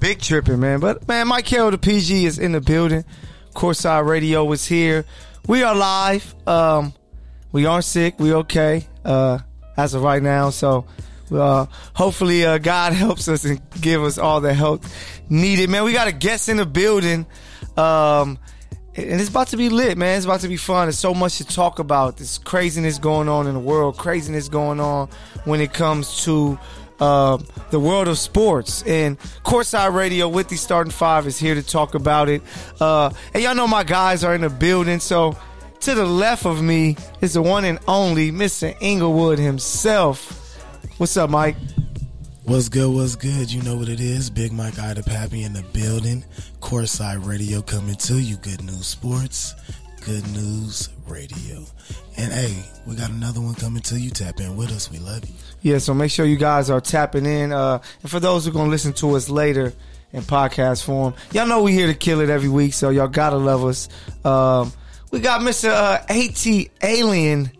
big tripping, man. But man, Mike Carroll, the PG, is in the building. Courtside Radio is here. We are live. Um, we aren't sick. We okay uh, as of right now. So uh, hopefully, uh, God helps us and give us all the help needed, man. We got a guest in the building. Um, and it's about to be lit, man. It's about to be fun. There's so much to talk about. There's craziness going on in the world, craziness going on when it comes to uh, the world of sports. And Courtside Radio with the starting five is here to talk about it. Uh, and y'all know my guys are in the building. So to the left of me is the one and only Mr. Inglewood himself. What's up, Mike? What's good? What's good? You know what it is. Big Mike Idapappy in the building. Courtside Radio coming to you. Good news sports. Good news radio. And hey, we got another one coming to you. Tap in with us. We love you. Yeah, so make sure you guys are tapping in. Uh, and for those who are going to listen to us later in podcast form, y'all know we here to kill it every week, so y'all got to love us. Um, we got Mr. Uh, AT Alien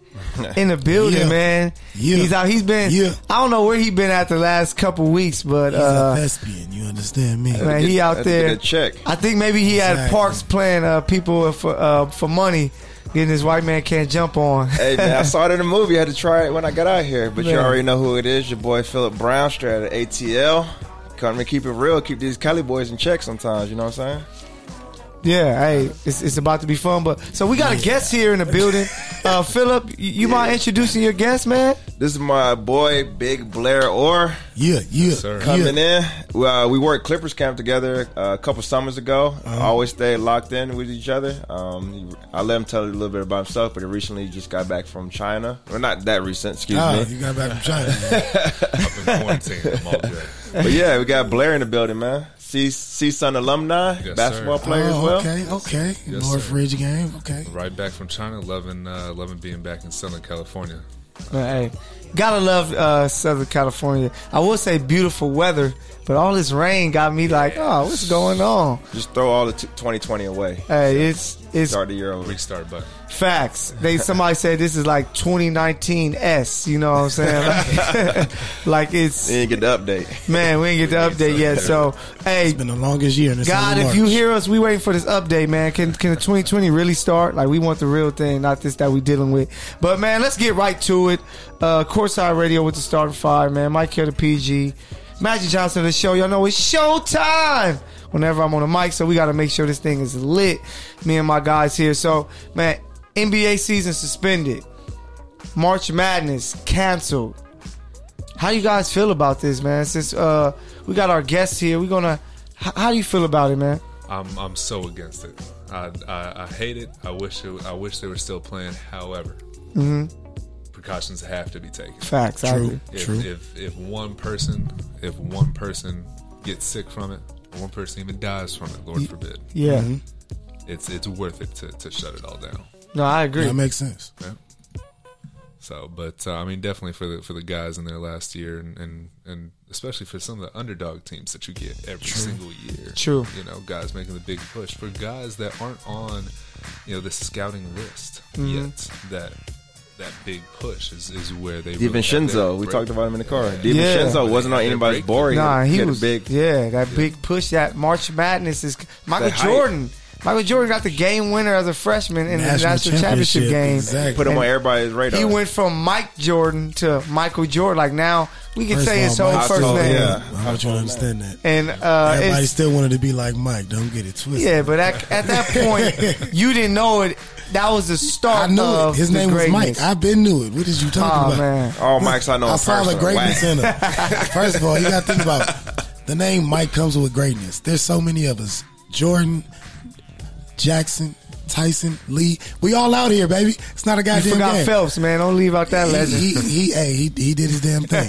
in the building, Yeah. man. Yeah. He's out. He's been, Yeah. I don't know where he been at the last couple weeks, but He's a uh, thespian. You understand me? man, Get- he I out had to there. Get a check. I think maybe he had Exactly. Parks playing uh, people for uh, for money, getting his white man can't jump on. Hey man, I saw it in the movie. I had to try it when I got out here, but you Man. already know who it is. Your boy Philip Brownstrat at ATL. Come and keep it real. Keep these Cali boys in check sometimes. You know what I'm saying? Yeah, hey, it's, it's about to be fun. But so we got a guest here in the building. Uh, Philip, you, you mind introducing your guest, man? This is my boy Big Blair Orr Yeah, yeah. sir. yeah. coming in. Uh, we worked Clippers camp together uh, a couple summers ago. Uh-huh. Always stay locked in with each other. Um, I let him tell you a little bit about himself, but he recently just got back from China. Well, not that recent. Excuse Ah, me. you got back from China. I've been quarantined. I'm all good. But yeah, we got Blair in the building, man. C C Sun alumni, Yes, basketball sir. player as Oh, well. Okay, okay. Yes, North sir. Ridge game. Okay. Right back from China, loving uh, loving being back in Southern California. Man, Uh, hey, gotta love uh, Southern California. I will say beautiful weather, but all this rain got me like, oh, what's going on? Just throw all the t- 2020 away. Hey, it's it's Start the year over. Restart button. facts. They somebody said this is like 2019 s. You know what I'm saying? Like, like it's Then you get the update. man, we didn't get the update yet. So hey, Been the longest year in the God, if you hear us, we waiting for this update, man. Can can the 2020 really start? Like we want the real thing, not this that we dealing with. But man, let's get right to it. Uh Courtside Radio with the starting five, man. Mike here, the PG, Magic Johnson, of the show. Y'all know it's showtime. Whenever I'm on the mic, so we got to make sure this thing is lit. Me and my guys here. So man, NBA season suspended. March Madness canceled. How you guys feel about this, man? Since uh, we got our guests here, we're gonna. How, how do you feel about it, man? I'm I'm so against it. I I, I hate it. I wish it, I wish they were still playing. However, precautions have to be taken. Facts. I agree. True, If, true. if if one person if one person gets sick from it, or one person even dies from it, Lord forbid, Yeah. Mm-hmm. it's it's worth it to, to shut it all down. No, I agree. That makes sense. So, but uh, I mean, definitely for the for the guys in their last year, and and, and especially for some of the underdog teams that you get every single year. True. you know, guys making the big push for guys that aren't on, you know, the scouting list Mm-hmm. yet. That that big push is is where they Devin really got their Shinzo, we break. talked about him in the car. Devin Yeah. Shinzo wasn't on anybody's board. nah, he had a was big. Yeah, that big push. That March Madness is Michael That hype. Jordan. Michael Jordan got the game winner as a freshman in the National national championship, championship, game. exactly. Put him on everybody's radar. He went from Mike Jordan to Michael Jordan. Like now, we can First say of his all, whole Mike first told- name. yeah. I don't you understand that. And uh, Everybody it's- still wanted to be like Mike. Don't get it twisted. Yeah, but at, at that point, you didn't know it. That was the I start knew of it. His the name was greatness. Mike. I been knew it. What did you talking Oh, about? man. Oh, All Mike's I know. I in saw the person are greatness whack. in him. First of all, you got to think about it. the name Mike comes with greatness. There's so many of us: Jordan, Jackson, Tyson, Lee. We all out here, baby. It's not a You goddamn forgot game. Phelps, man. Don't leave out that He, legend. he, he, hey, he, he did his damn thing.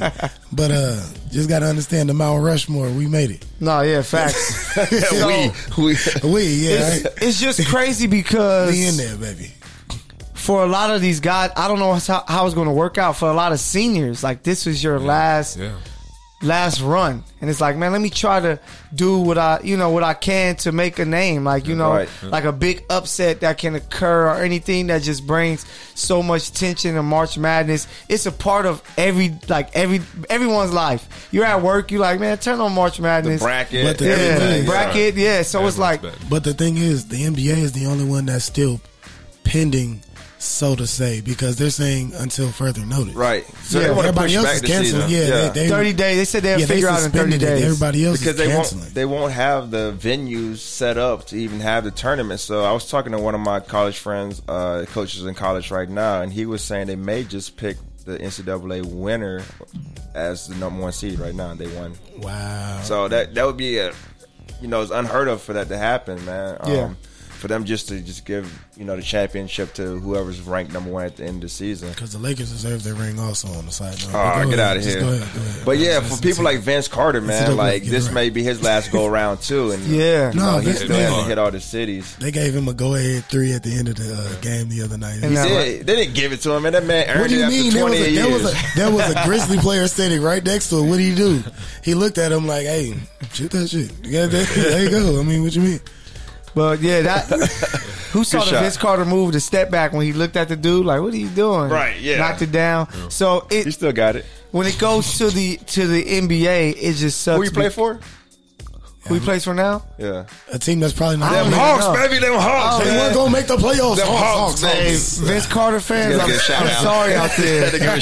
But uh, just got to understand the Mount Rushmore. We made it. No, yeah, facts. Yeah, So, we, we, We, yeah, it's, right? it's just crazy because we in there, baby. for a lot of these guys, I don't know how, how it's going to work out. For a lot of seniors, like this is your last Yeah, last run, and it's like, man, let me try to do what I, you know, what I can to make a name, like you know, Right. like a big upset that can occur or anything that just brings so much tension and March Madness. It's a part of every, like every everyone's life. You're at work, you like, man, turn on March The Madness, bracket, But the- yeah, everything. bracket, yeah. So it's Everyone's like, betting. But the thing is, the NBA is the only one that's still pending, so to say, because they're saying until further notice. Right. So Yeah, they want to push Everybody else back is the canceling. season. Yeah, They, they, thirty days. They said they'll yeah, they figure out in thirty suspended it. days. Everybody else is because they canceling. won't they won't have the venues set up to even have the tournament. So I was talking to one of my college friends, uh, coaches in college right now, and he was saying they may just pick the NCAA winner as the number one seed right now. and They won, wow. so that that would be a you know it's unheard of for that to happen, man. Um, Yeah. For them just to just give you know the championship to whoever's ranked number one at the end of the season. Because the Lakers deserve their ring also on the side note. Oh, But go ahead. get out of Just here. go ahead, go ahead. But yeah, Just- for people like Vince Carter, double man, like get this right. may be his last go around too. And Yeah. you know, No, he Vince- still hasn't man. hit all the cities. They gave him a go ahead three at the end of the uh, game the other night. And He that- said, Yeah, they didn't give it to him, and that man earned what do it you after mean? There was, 28 a, there, years. was a, there was a Grizzly player sitting right next to him. What do you do? He looked at him like, hey, shoot that shit. Yeah, there, there you go. I mean, what you mean? But yeah, that who saw the shot. Vince Carter move to step back when he looked at the dude like, "What are you doing?" Right, yeah. knocked it down. So he it still got it. when it goes to the to the NBA, it just sucks. Who you play be- for? Who he plays for now? Yeah, A team that's probably not. I don't them even Hawks, know. baby, them Hawks. Oh, They man. weren't gonna make the playoffs. Them Hawks, Hawks, Hey, Hawks, Hawks. Vince Carter fans, Gotta I'm, give a shout I'm out. sorry out Had to there give a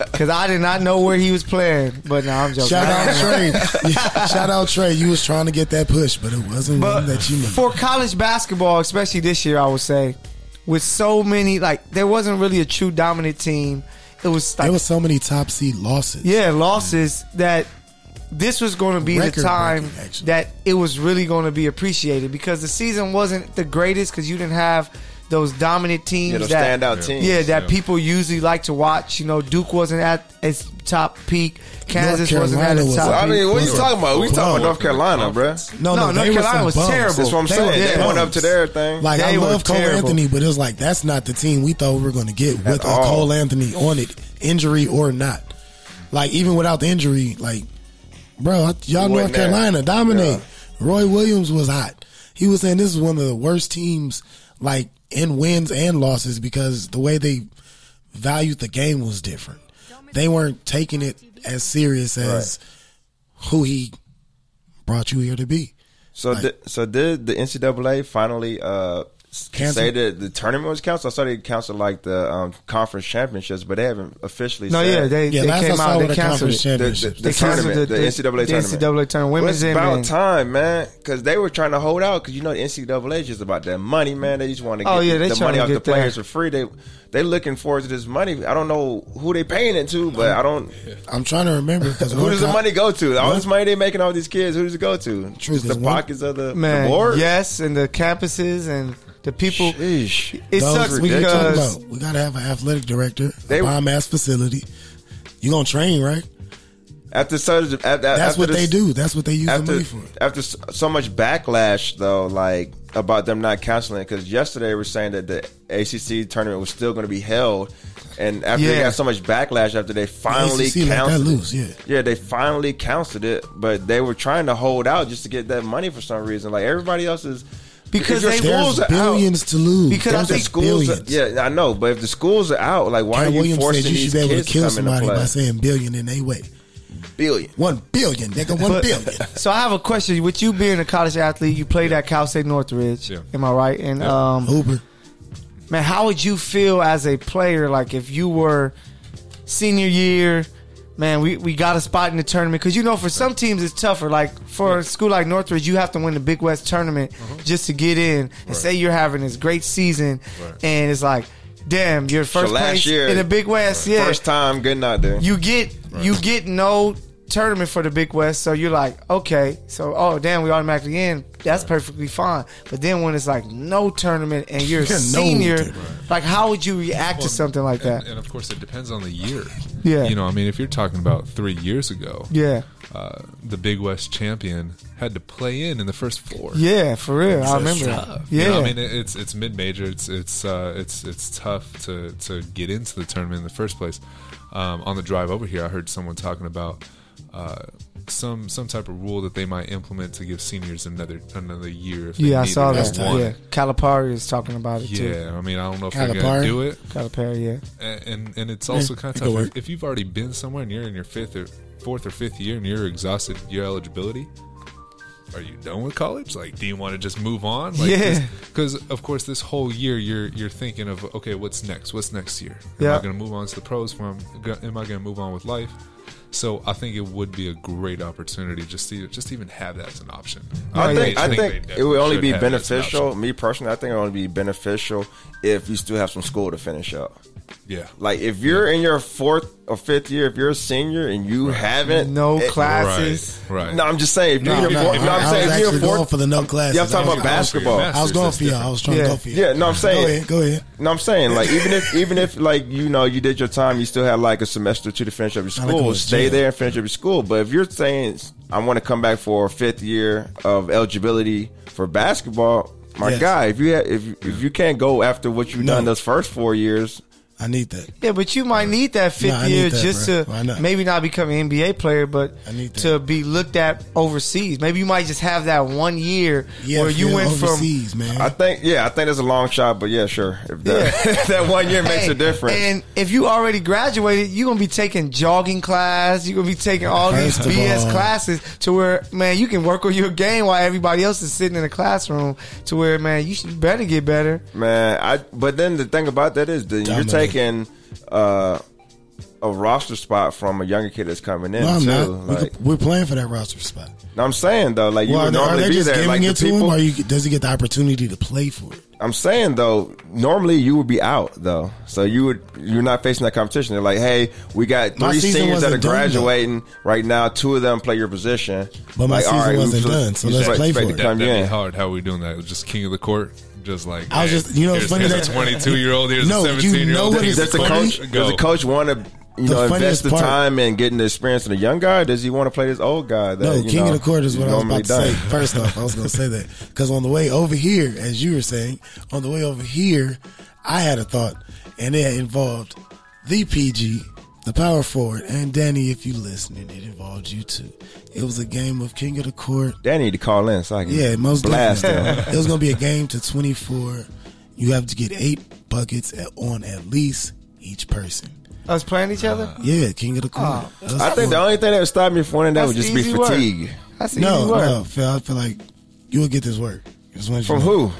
out. because I did not know where he was playing. But no, I'm joking. Shout out Trey. Yeah, Shout out Trey. You was trying to get that push, but it wasn't But one that you needed. for college basketball, especially this year, I would say, with so many like there wasn't really a true dominant team. It was like there was so many top seed losses. yeah, losses that this was going to be the Record-breaking, time actually. that it was really going to be appreciated because the season wasn't the greatest because you didn't have those dominant teams Yeah, those that standout teams. yeah that Yeah. people usually like to watch. You know, Duke wasn't at its top peak, Kansas wasn't at Carolina its was- top. I peak. mean, what are you talking about? We talking about Well, North Carolina, bro. Conference. That's No, No, no, North they were Carolina some was bums. terrible. what I'm They saying. were They bums. went up to their thing. Like They I were love Cole terrible. Anthony, but it was like that's not the team we thought we were going to get with a all. Cole Anthony on it, injury or not. Like even without the injury, like bro, I- y'all He wasn't North there. Carolina dominate. Yeah. Roy Williams was hot. He was saying this is one of the worst teams, like in wins and losses, because the way they valued the game was different. They weren't taking it as serious as who he brought you here to be. So, di- so did the NCAA finally uh, s- Cancel? say that the tournament was canceled? I saw they canceled like the um, conference championships, but they haven't officially. No, said yeah, they, Yeah, they last I came saw out with they the canceled conference it. the, championship. the, They the tournament, canceled the, the- the- NCAA the NCAA tournament. tournament, Well, women's it's and about men's. time, man, because they were trying to hold out because you know the NCAA is just about that money, man. They just want to get Oh, yeah, they the trying money to off the get that. players for free. They they looking forward to this money. I don't know who they paying it to, but I don't. I'm trying to remember because Who does the money go to? All this money they making all these kids, who does it go to? Truth Just the is one- pockets of the, Man, the board. yes, and the campuses and the people. Sheesh. It Those sucks we can talk because about. we gotta have an athletic director, They- a bomb ass facility. You gonna train, right? After so, after, That's after what this- they do. That's what they use the after money for. after s- so much backlash though, like about them not canceling because yesterday we were saying that the ACC tournament was still going to be held, and after they Yeah. got so much backlash after they finally ACC let that canceled it. loose, yeah. they finally canceled it, but they were trying to hold out just to get that money for some reason. Like everybody else is Because if your they- There's schools are out- billions to lose. Because I There's if the think schools, are, billions. yeah, I know, but if the schools are out, like why Cat are you Williams forcing said you these should be able to kids kill come into somebody by play? saying billion in a way. Billion. One billion, nigga. One But- billion. So I have a question. With you being a college athlete, you played at Cal State Northridge. Yeah. Am I right? And Yeah. um, Uber. man, how would you feel as a player? Like if you were senior year, man, we, we got a spot in the tournament because you know for some teams it's tougher. Like for a school like Northridge, you have to win the Big West tournament Uh-huh. just to get in. And say you're having this great season, Right. and it's like, damn, you're first last place year, in the Big West. Yeah, First time getting out there. you get you get no tournament for the Big West, so you're like, okay, so oh damn, we automatically in. That's perfectly fine. But then when it's like no tournament and you're a Yeah, no senior, tournament. like how would you react to Well, something like and- that? And of course, it depends on the year. Yeah. You know, I mean, if you're talking about three years ago, Yeah, uh, the Big West champion had to play in in the first four. yeah, for real. I remember. That. tough. Yeah, You know, I mean it- it's it's mid major. It's it's uh, it's it's tough to to get into the tournament in the first place. Um, on the drive over here, I heard someone talking about uh, some some type of rule that they might implement to give seniors another another year. If they Yeah, I need saw it. that. That's one. Yeah, Calipari is talking about it too. Yeah, I mean, I don't know if they're gonna Calipari? do it, Calipari, yeah. and and, and it's also kind it could of tough work. if, if you've already been somewhere and you're in your fifth or fourth or fifth year and you're exhausted your eligibility. Are you done with college? Like, do you want to just move on? Like, Yeah. Because of course, this whole year you're you're thinking of okay, what's next? What's next year? Am Yeah. I going to move on to the pros? Am I go- am I going to move on with life? So I think it would be a great opportunity just to just to even have that as an option. I yeah, think I they think it definitely would only should be have that as an beneficial. option. Me personally, I think it would only be beneficial if you still have some school to finish up. Yeah. Like if you're in your fourth or fifth year, if you're a senior and you haven't No it- classes. Right. Right. No, I'm just saying. If you're No, in your no, fourth, no, I- I I'm was saying if you're in actually your going fourth. for the no classes. Yeah, I'm talking I was- about I was- basketball. I was going for y'all. I was trying Yeah. to go for you. Yeah, no, I'm Go saying. ahead. Go ahead. No, I'm saying like even if even if like you know you did your time, you still had like a semester or two to finish up your like school. going to Stay jail. there and finish up your school. But if you're saying I want to come back for a fifth year of eligibility for basketball, my Yes. guy, if you ha- if if you can't go after what you've No. done those first four years, I need that. Yeah, but you might need that fifth I need year that, just bruh. Why to not? maybe not become an NBA player, but I need that. to be looked at overseas. Maybe you might just have that one year Yeah, where you feel went overseas, man. I think yeah, I think that's a long shot. But yeah, sure, if that that one year from. makes Hey, a difference. And if you already graduated, you're gonna be taking jogging class. You're gonna be taking all First these of BS all- classes to where man, you can work on your game while everybody else is sitting in the classroom. To where man, you should better get better. Man, I but then the thing about that is then you're Dominate. taking uh, a roster spot from a younger kid that's coming in No, I'm too. not. We Like, could, we're playing for that roster spot. no, I'm saying though, like you Well, are would they, are normally they be just there. giving Like the it to him, people, or you, does he get the opportunity to play for it? I'm saying though, normally you would be out though, so you would you're not facing that competition. They're like, hey, we got My three season seniors that are wasn't done, though. graduating right now. Two of them play your position, But my Like, all season we wasn't just- done, so you let's just play expect for to it. come That'd be in. hard. How are we doing that? Just king of the court. Just like I was hey, just- you know, it's here's, funny here's that- a 22 year old. Here's No, a you 17 year old. know what is Does the the coach funny- does the coach want to you The know invest funniest the part- time and getting the experience in a young guy? Does he want to play this old guy? That, No, you King know, of the Court is he's what I was normally about to say. First off, I was going to say that because on the way over here, as you were saying, on the way over here, I had a thought, and it involved the PG, the power forward, and Danny. If you listening, it involved you too. It was a game of King of the Court. They need to call in so I can Yeah, most blast definitely. them. it was going to be a game to twenty four. You have to get eight buckets at, on at least each person. Us playing each other. Yeah, King of the Court. Oh, Us I think the four. only thing that would stop me from winning that would That's just be easy work. fatigue. That's an no, easy work. no, Phil, I feel like you will get this work. Just want you From to know. who?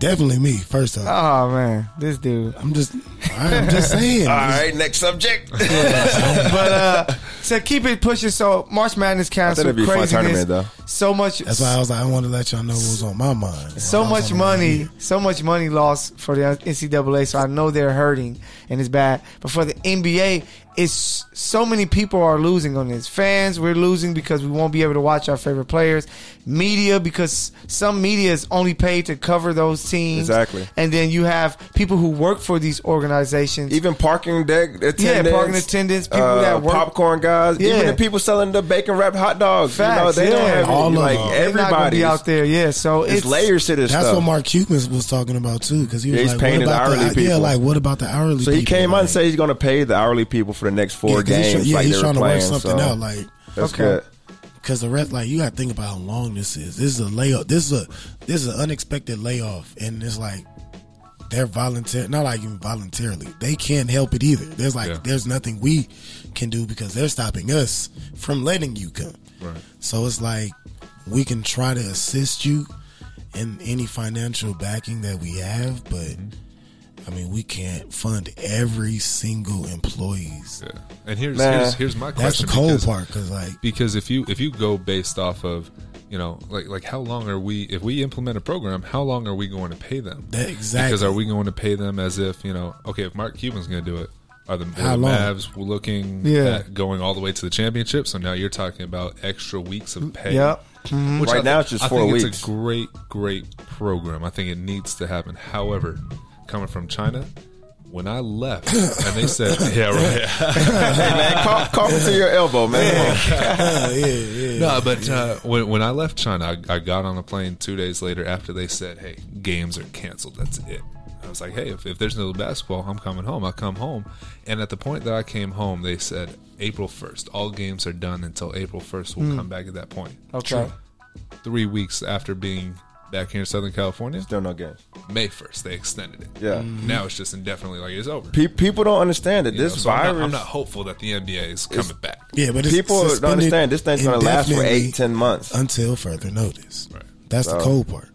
Definitely me. First off, Oh man, this dude. I'm just, I'm just saying. All right, next subject. but uh, to keep it pushing, so March Madness canceled. it'd be a fun craziness, tournament, though. So much, That's why I was like, I wanted to let y'all know what was on my mind. so What was much on my money, mind. so much money lost for the NCAA. So I know they're hurting and it's bad. But for the NBA, it's so many people are losing on this. Fans, we're losing because we won't be able to watch our favorite players. Media, because some media is only paid to cover those teams. Exactly. And then you have people who work for these organizations. Even parking deck attendants. parking attendants, people uh, that work- popcorn guys, even Yeah. the people selling the bacon wrap hot dogs. you know, Facts, they don't yeah. have All any, of like them. They're not gonna everybody. be out there, yeah. So It's, layers to this That's stuff. what Mark Cuban was talking about too, because he was Yeah, he's like, paying what the about hourly the, yeah, people. like what about the hourly? so he people? came like, out and said he's going to pay the hourly people for the next yeah, four 'cause he's games. try- yeah, like he's they trying were to work playing, something so out, like that's Okay. good. because the rest, like you got to think about how long this is. This is a layoff. This is a this is an unexpected layoff, and it's like they're volunteer, not like even voluntarily. They can't help it either. There's like Yeah. there's nothing we can do because they're stopping us from letting you come. Right. So it's like we can try to assist you in any financial backing that we have, but Mm-hmm. I mean we can't fund every single employee's. Yeah. And here's Man. here's here's my That's question. the cold because- part because like because if you if you go based off of you know like like how long are we if we implement a program how long are we going to pay them that exactly because are we going to pay them as if you know okay if Mark Cuban's going to do it are the, How are the long? Mavs looking Yeah. at going all the way to the championship so now you're talking about extra weeks of pay Yep. Which Right I thi- now it's just I four think weeks. It's a great, great program. I think it needs to happen. However, coming from China, when I left and they said, "Yeah, right." hey man, cough, cough into your elbow, man. Uh, yeah, yeah. no, but uh, when when I left China, I, I got on a plane two days later after they said, "Hey, games are canceled. That's it." I was was like, hey, if, if there's no basketball, I'm coming home. I come home. And at the point that I came home, they said April 1st. All games are done until April 1st. Hmm. We'll come back at that point. Okay. Three weeks after being back here in Southern California, Still no games. May 1st, they extended it. Yeah. Now it's just indefinitely like it's over. Pe- people don't understand that You know, this so I'm virus. not- I'm not, hopeful that the NBA is coming back. Yeah, but it's people don't suspended understand this thing's going to last for indefinitely eight, ten months. until further notice. Right. That's the So- cold part.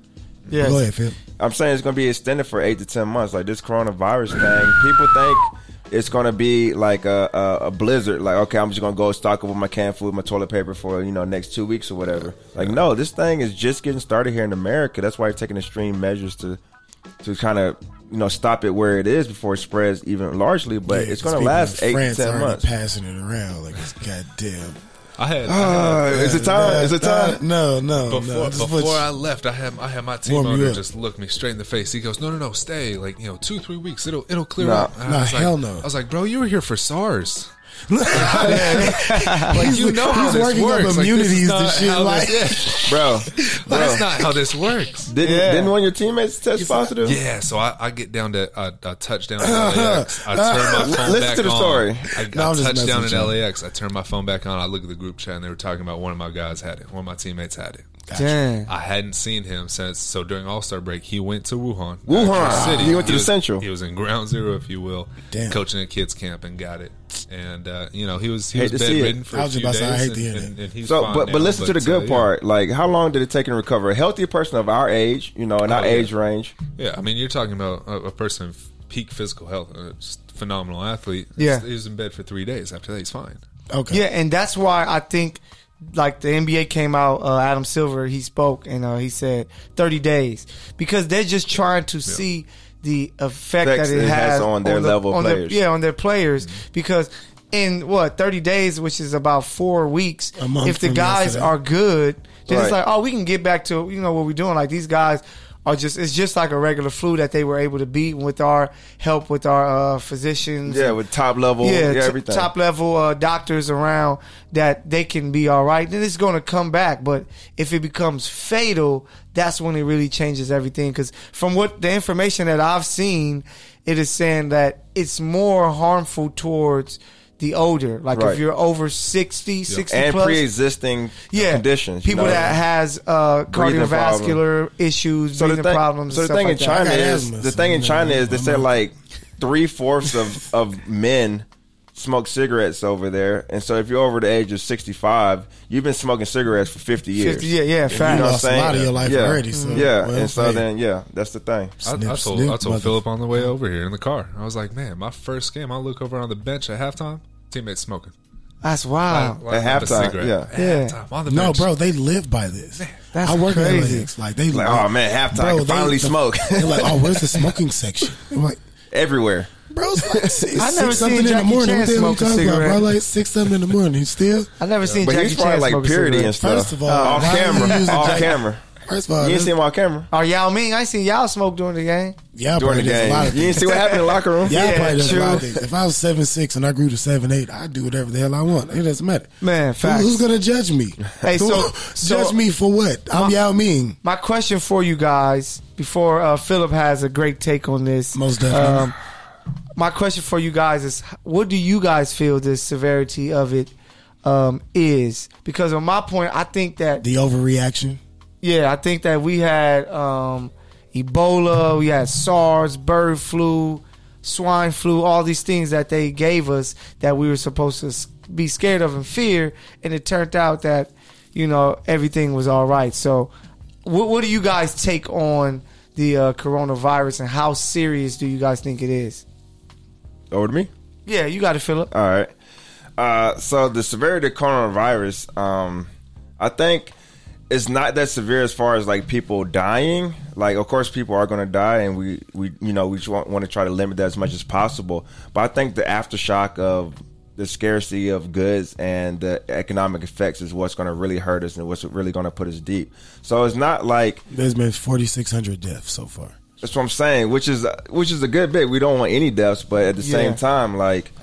Yes. Go ahead, Phil. I'm saying it's going to be extended for eight to ten months. Like this coronavirus thing, people think it's going to be like a, a, a blizzard. Like, okay, I'm just going to go stock up with my canned food, my toilet paper for you know next two weeks or whatever. Like, no, this thing is just getting started here in America. That's why they're taking extreme measures to to kind of you know stop it where it is before it spreads even largely. But Yeah, it's 'cause going to people last in eight to France ten already months. passing it around like it's goddamn. I had, I had- Uh, is it time? Is it time? No, Ah, no, no. before Just put- before I left, I had I had my team Warm you owner up. just look me straight in the face. He goes, "No, no, no, stay. Like you know, two three weeks, it'll it'll clear Nah. up." And Nah, I was hell like, no. I was like, "Bro, you were here for SARS." like you know how he's this working up works. Like, immunities this to is not shit, how like- this, bro. yeah, bro. that's not how this works. Didn't, Yeah. didn't one of your teammates test positive? Yeah, so I, I get down to I, I touch down in LAX. I turn my phone Listen back to the on. story. I, No, I I'm just touch down in messing with you. LAX. I turn my phone back on. I look at the group chat, and they were talking about one of my guys had it. One of my teammates had it. Damn. I hadn't seen him since. So during All Star break, he went to Wuhan, Wuhan. Actual He went to the was- Central. He was in Ground Zero, if you will, Damn. coaching at kids camp and got it. And uh, you know he was he Hate was to see it. bedridden for I a was few about to days. say, I hate and, the ending. and, and he's So, fine but but now, listen to the uh, good yeah. part. Like, how long did it take to recover? A healthy person of our age, you know, in our Oh, yeah. age range, Yeah, I mean, you're talking about a, a person of peak physical health, uh, a s- phenomenal athlete. Yeah. He's- he was in bed for three days. After that, he's fine. Okay. Yeah, and that's why I think like the NBA came out, uh, Adam Silver, he spoke and uh, he said 30 days because they're just trying to see the effect Effects that it, has on their level on players. yeah, on their players because in what 30 days, which is about four weeks, A month if the from guys yesterday. are good, then it's Right. like, oh, we can get back to you know what we're doing. Like these guys are just it's just like a regular flu that they were able to beat with our help with our uh, physicians, yeah, and- with top level, yeah, yeah, t- everything. top level uh, doctors around that they can be all right. Then it's going to come back, but if it becomes fatal, that's when it really changes everything. Because from what the information that I've seen, it is saying that it's more harmful towards the older. Like Right. if you're over 60, 60 and plus, pre-existing yeah, conditions. you people know? that has uh, Breathing cardiovascular issues, so the breathing thing, problems. so and the stuff thing like in that. China I got is asthma, the thing in so China is they I'm say not- like three fourths of of men smoke cigarettes over there, and so if you're over the age of sixty five, you've been smoking cigarettes for fifty years. 50, yeah, yeah, You facts. lost a lot of your life yeah, already, so- yeah, well, and so hey. then yeah, that's the thing. I, I Snip, told snip, I told mother- Philip on the way over here in the car. I was like, man, my first game. I look over on the bench at halftime. Teammates smoking. That's wild. Light At up a halftime, cigarette. yeah. At Yeah. halftime, on the No, bench. bro, they live by this. That's I work crazy. in LAX. Like they Like, oh man, halftime, I can finally the- smoke They're like, oh, where's the smoking section? I'm like, everywhere. bro, it's like six, I never six something seen in the Jackie morning. Chan What the hell you smoke a talking about, bro? cigarette. Like six something in the morning. You still? I never seen But Jackie he's probably Chan like smoke a purity cigarette. and stuff. First of all, off why are you camera, using off Jack- camera. First of all, You didn't this- see him on camera Or Yao Ming, I seen Oh, y'all smoke during the game. yeah, I during probably the does a game. lot You of things. didn't see what happened in the locker room. Yeah, I probably does a lot of true. things. If I was seven six and I grew to seven eight, I'd do whatever the hell I want. It doesn't matter. Man, Who- facts. who's gonna judge me? Hey, Who- so- judge so- me for what? I'm Yao Ming. My question for you guys before uh, Philip has a great take on this. um, Most definitely. my question for you guys is: What do you guys feel the severity of it um, is? Because on my point, I think that The overreaction. yeah, I think that we had um, Ebola, we had SARS, bird flu, swine flu, all these things that they gave us that we were supposed to s- be scared of and fear, and it turned out that you know everything was all right. So, what, what do you guys take on the uh, coronavirus, and how serious do you guys think it is? Over to me. Yeah, you got it, Philip. All right. Uh, so the severity of coronavirus, um, I think it's not that severe as far as like people dying. Like, of course, people are going to die, and we, we you know we just want, want to try to limit that as much as possible. But I think the aftershock of the scarcity of goods and the economic effects is what's going to really hurt us and what's really going to put us deep. So it's not like There's been 4,600 deaths so far. that's what I'm saying, which is which is a good bit. We don't want any deaths, but at the Yeah. same time, like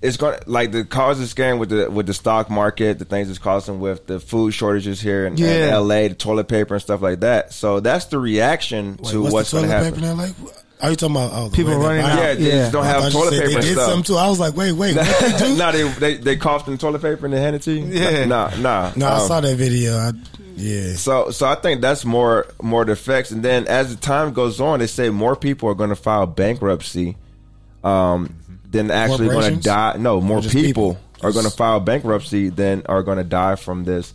it's going to like the causes game with the with the stock market, the things it's causing with the food shortages here in, in Yeah. LA, the toilet paper and stuff like that. So that's the reaction Wait, to what's, what's the going to toilet happen. paper now like? Are you talking about oh, the People way they running buy out. it? Yeah, they Yeah. just don't I have thought you toilet said paper They and did some stuff. too. I was like, wait, wait, what they do? no, they, they they coughed in the toilet paper and they handed to you. Yeah. nah, nah. No, I Um, saw that video. I, yeah, So, so I think that's more more the effects. And then as the time goes on, they say more people are going to file bankruptcy um, than actually going to Corporations? die. No, more just people, people? are going to file bankruptcy than are going to die from this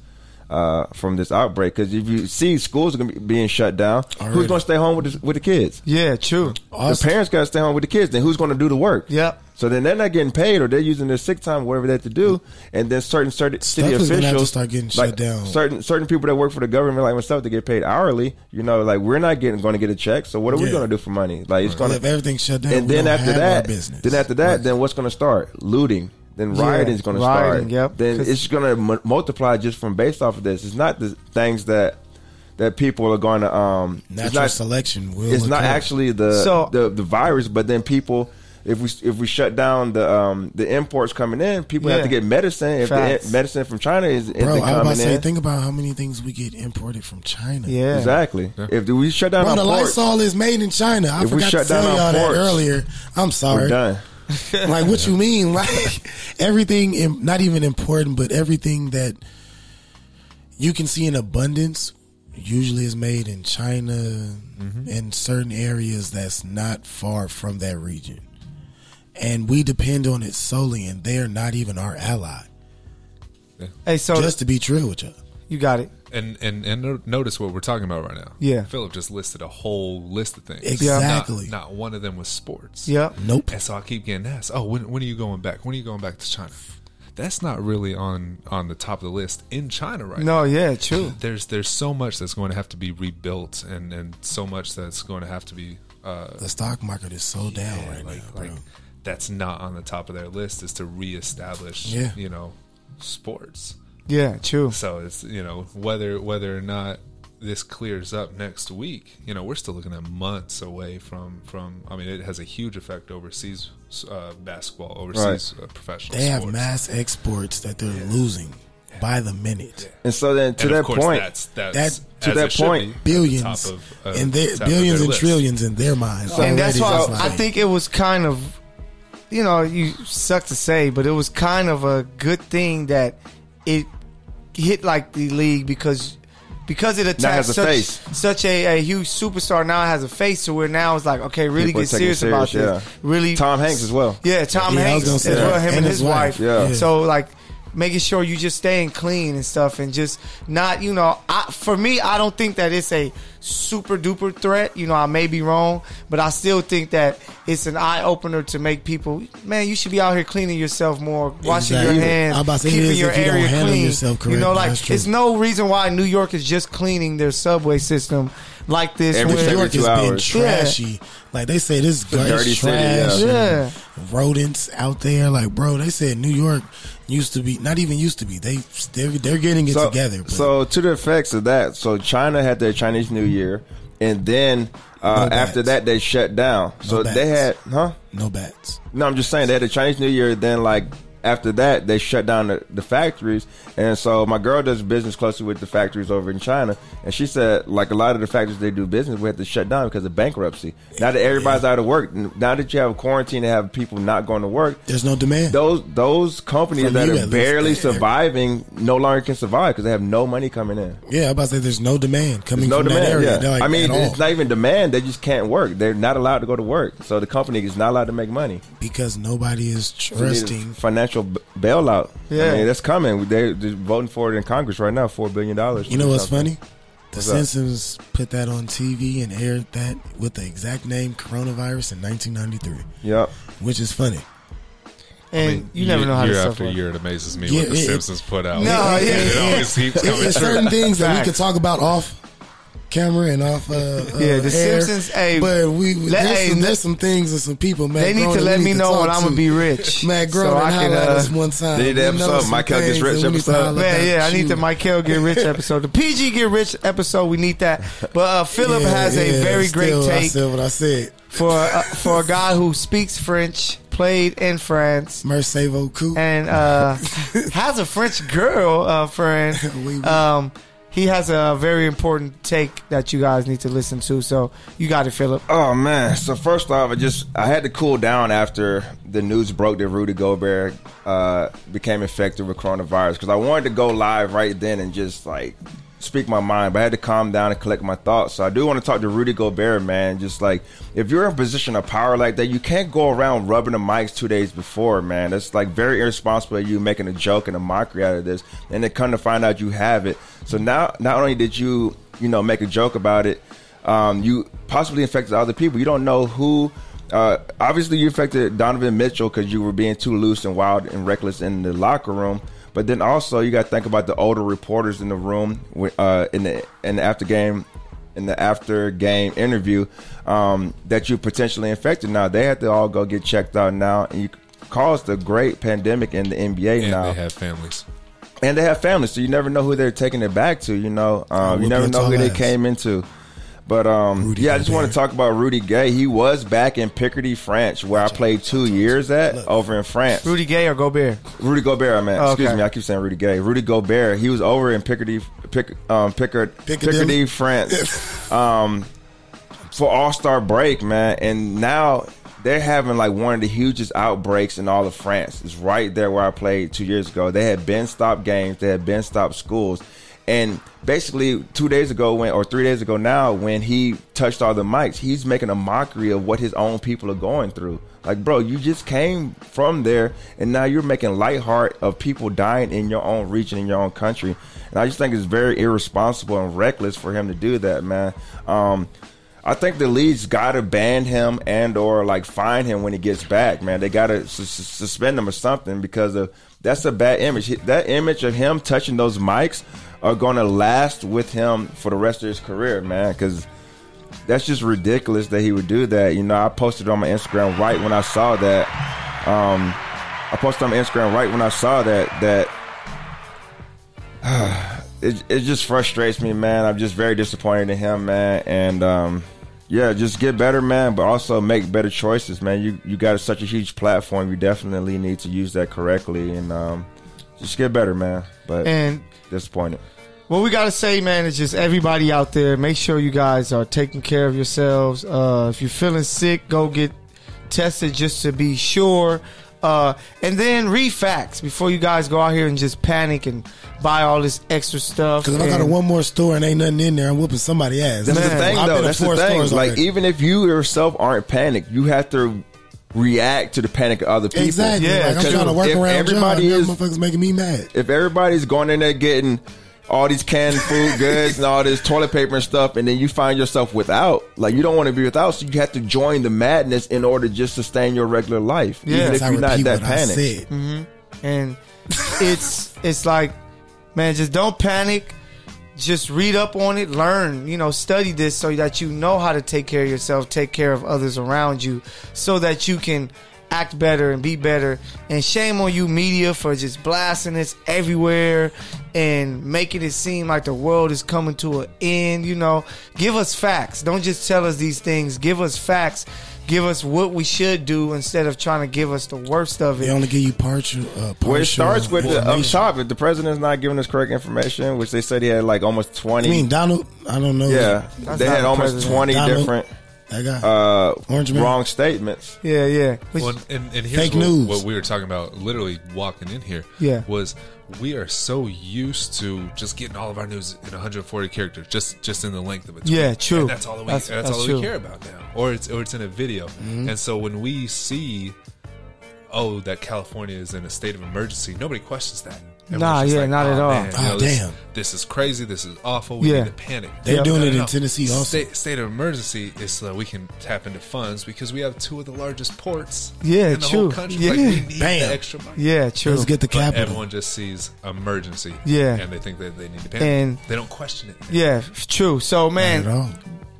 uh, from this outbreak. Because if you see schools are going to be being shut down, who's Already. going to stay home with the, with the kids? Yeah, true. Us- The parents got to stay home with the kids. Then who's going to do the work? Yep. So then they're not getting paid, or they're using their sick time, whatever they have to do. And then certain certain city Mm-hmm. is gonna have to officials start getting shut like down. Certain certain people that work for the government, like myself, that get paid hourly. You know, like we're not getting going to get a check. So what are we Yeah. going to do for money? Like it's going if everything shut down, And we then don't after have our that, business. then after that, then what's going to start? Looting. Then Yeah, rioting is going to rioting, start. yep. Then 'Cause- it's going to m- multiply just from based off of this. It's not the things that that people are going to. Um, it's natural not selection will. it's not occur. actually the, So- the the virus, but then people. If we if we shut down the um the imports coming in, people have Yeah. to get medicine. If the Facts. in- medicine from China is isn't Bro, I was about coming to say, in, think about how many things we get imported from China. Yeah. exactly. If we shut down Bro, the our ports, Lysol is made in China. I If we forgot shut to tell down our y'all that ports, earlier. I'm sorry. we're done. like what you mean like everything im- not even important but everything that you can see in abundance usually is made in china Mm-hmm. and certain areas that's not far from that region and we depend on it solely and they're not even our ally Hey, so Oh, just to be true with you you got it. And and and no- notice what we're talking about right now. Yeah. Philip just listed a whole list of things. Exactly. Not, not one of them was sports. Yep. nope And so I keep getting asked, "Oh, when when are you going back? When are you going back to China?" That's not really on on the top of the list in China right now. No, yeah, true. There's there's so much that's going to have to be rebuilt, and and so much that's going to have to be. Uh, the stock market is so down right like, now bro. like that's not on the top of their list is to reestablish Yeah. you know sports Yeah, true. so it's you know whether whether or not this clears up next week you know we're still looking at months away from from i mean it has a huge effect overseas uh, basketball overseas uh, professional they have sports. mass exports that they're losing by the minute And so then to and that of course point, that's that's that- to as that it should point, be, at the billions top of- of and they top of billions their and list. trillions in their minds. and that's already, why just I like- think it was kind of, you know, you suck to say, but it was kind of a good thing that it hit like the league because because it attacked has a such face. such a, a huge superstar. Now it has a face to where now it's like okay, really People are get taking it serious, about serious, this. Really, Tom Hanks as well. Yeah, Tom Yeah, I was Hanks gonna as say well. that. Him and, his, wife. Yeah. Yeah. So like making sure you just staying clean and stuff and just not you know I, for me i don't think that it's a super duper threat you know i may be wrong but i still think that it's an eye-opener to make people man you should be out here cleaning yourself more washing Exactly. your hands I'm about to say, it keeping is your if you don't area handle clean yourself you know correctly. like That's true. it's no reason why new york is just cleaning their subway system like this Every where- New York two has been hours. trashy. Like they say, this gar- dirty is city, yeah. trash. Yeah. and rodents out there. Like, bro, they said New York used to be not even used to be. They they're, they're getting it together. But So to the effects of that, so China had their Chinese New Year, and then uh, No after bats. that they shut down. So No they had, bats. huh? no bats. No, I'm just saying they had the Chinese New Year. Then like after that, they shut down the, the factories. And so my girl does business closely with the factories over in China, and she said like a lot of the factories they do business with had to shut down because of bankruptcy. Now that everybody's out of work, n- now that you have quarantine and have people not going to work, There's no demand. those those companies From that you at are least, barely they're- surviving no longer can survive because they have no money coming in. yeah, I'm about to say there's no demand coming No from demand. that area. yeah, They're Like, I mean, at all. it's not even demand. They just can't work. They're not allowed to go to work, so the company is not allowed to make money. because nobody is We need a trusting. financial b- bailout. Yeah. I mean, that's coming. They're just voting for it in Congress right now. Four billion dollars. You know what's funny? The What's up? Simpsons put that on TV and aired that with the exact name coronavirus in 1993, Yep. which is funny. and I mean, you never year- know how year this stuff after works. year it amazes me Yeah, what the it- Simpsons put out. No, it, Oh, yeah, it yeah. always keeps It- coming It's true. certain things that we Facts. could talk about off camera and off. Uh, uh, Yeah, The air, Simpsons, hey, but we let- there's, hey, some, let- there's some things and some people. Matt They need Groening to we let me know talk when I'm gonna to. be rich. Matt Groening so I hollered can. at us Uh, one time. They need to We have know some some Michael Gets things Rich that we need to episode. holler man, about yeah, I need the you. Michael Get Rich episode, the PG Get Rich episode. We need that. But uh, Philip Yeah, has yeah, a very great still, I take said what I said. for uh, for a guy who speaks French, played in France, Mercevo Coup. and uh, has a French girl uh, friend. Oui, oui. Um, he has a very important take that you guys need to listen to. So you got it, Philip. Oh man! So first off, I just I had to cool down after the news broke that Rudy Gobert uh, became infected with coronavirus because I wanted to go live right then and just like speak my mind, but I had to calm down and collect my thoughts. So I do want to talk to Rudy Gobert, man. Just like if you're in a position of power like that, you can't go around rubbing the mics two days before, man. That's like very irresponsible of you making a joke and a mockery out of this, and then come to find out you have it. So now, not only did you, you know, make a joke about it, um, you possibly infected other people. You don't know who. Uh, obviously, you affected Donovan Mitchell because you were being too loose and wild and reckless in the locker room. But then also you got to think about the older reporters in the room uh, in the in the after game in the after game interview um, that you potentially infected. Now they have to all go get checked out now, and you caused a great pandemic in the NBA and now. they have families. and they have families, so you never know who they're taking it back to. You know, um, you whoop never your know who tall they ass. came into. But um, Rudy yeah, I just Gobert. want to talk about Rudy Gay. He was back in Picardy, France, where I played two years at over in France. Rudy Gay or Gobert? Rudy Gobert, man. Oh, Excuse okay. me, I keep saying Rudy Gay. Rudy Gobert. He was over in Picardy, Pic, um, Picard, Piccadilly? Picardy, France, um, for All Star break, man. And now they're having like one of the hugest outbreaks in all of France. It's right there where I played two years ago. They had been stopped games. They had been stopped schools. And basically, two days ago, when or three days ago now, when he touched all the mics, he's making a mockery of what his own people are going through. Like, bro, you just came from there, and now you're making light heart of people dying in your own region, in your own country. And I just think it's very irresponsible and reckless for him to do that, man. Um, I think the league's got to ban him and or like fine him when he gets back, man. They got to sus- suspend him or something because of that's a bad image. He- That image of him touching those mics are going to last with him for the rest of his career, man. Because that's just ridiculous that he would do that. You know, I posted on my Instagram right when I saw that. Um, I posted on my Instagram right when I saw that that it, it just frustrates me, man. I'm just very disappointed in him, man. And um, yeah, just get better, man. But also make better choices, man. You you got such a huge platform. You definitely need to use that correctly, and um, just get better, man. But And disappointed. what we gotta say, man, is just everybody out there, make sure you guys are taking care of yourselves. Uh, if you're feeling sick, go get tested just to be sure. Uh, and then read facts before you guys go out here and just panic and buy all this extra stuff. Because if I go to And- one more store and ain't nothing in there, I'm whooping somebody ass. That's the Man. thing, I've been though. to That's the four thing. stores Like, already. even if you yourself aren't panicked, you have to react to the panic of other people. Exactly. Yeah, like, I'm true. trying to work If around everybody everybody. John, is- is, motherfuckers making me mad. if everybody's going in there getting all these canned food goods and all this toilet paper and stuff, and then you find yourself without, like you don't want to be without, so you have to join the madness in order to just sustain your regular life. Yeah. even Yes, if That's how you're I not repeat that what I panicked. Mm-hmm. said. and it's it's like man just don't panic just read up on it learn you know study this so that you know how to take care of yourself take care of others around you so that you can act better and be better and shame on you media for just blasting this everywhere and making it seem like the world is coming to an end you know give us facts don't just tell us these things give us facts give us what we should do instead of trying to give us the worst of it They only give you partial. Uh, partial Well, it starts with the um, up information. top. If the president's not giving us correct information, which they said he had like almost I twenty. mean, Donald. I don't know. yeah, That's they not had the almost president. twenty Donald- different that guy. uh, Orange man. wrong statements. Yeah, yeah. Which- Well, and, and, and here's Fake what, news. what we were talking about literally walking in here Yeah. was we are so used to just getting all of our news in 140 characters just just in the length of a tweet. Yeah, true. And that's all that we, That's- that's, that's all that true. Mm-hmm. we care about now or it's or it's in a video and so when we see oh that California is in a state of emergency nobody questions that Everyone's Nah, just yeah, not at "Aw, all." man, you Ah, know, this- damn. this is crazy this is awful we Yeah. need to panic They're Yeah. doing no, it no, no. in Tennessee also. State, state of emergency is so that we can tap into funds because we have two of the largest ports Yeah, in the true. whole country. Like, Yeah. we need Bam. the extra money. yeah, true. Let's get the But capital. everyone just sees emergency. Yeah. And they think that they need to panic. And- they don't question it. yeah, f- true. So Not at man, all.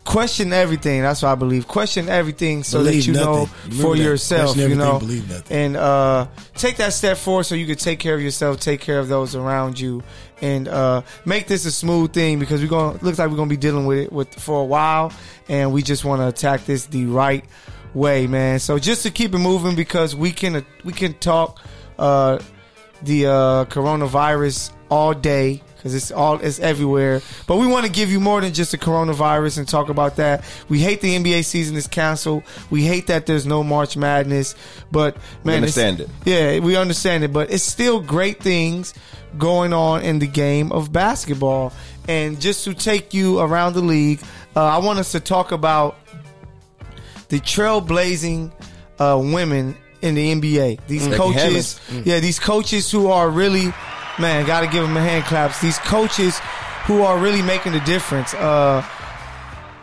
question everything. That's what I believe. Question everything so Believe that you nothing. know Remember for that. yourself. Question You everything, know, believe nothing. and uh, take that step forward so you can take care of yourself, take care of those around you, and uh, make this a smooth thing because we're gonna looks like we're gonna be dealing with it with for a while, and we just want to attack this the right way, man. So just to keep it moving because we can we can talk. Uh, the uh, coronavirus all day because it's all it's everywhere. But we want to give you more than just the coronavirus and talk about that. We hate the NBA season is canceled. We hate that there's no March Madness. But man, it's- understand it. Yeah, we understand it, but it's still great things going on in the game of basketball. And just to take you around the league, uh, I want us to talk about the trailblazing uh, women in the NBA. These Becky coaches, Hammond. yeah, these coaches who are really, man, gotta give them a hand claps. These coaches who are really making the difference. Uh,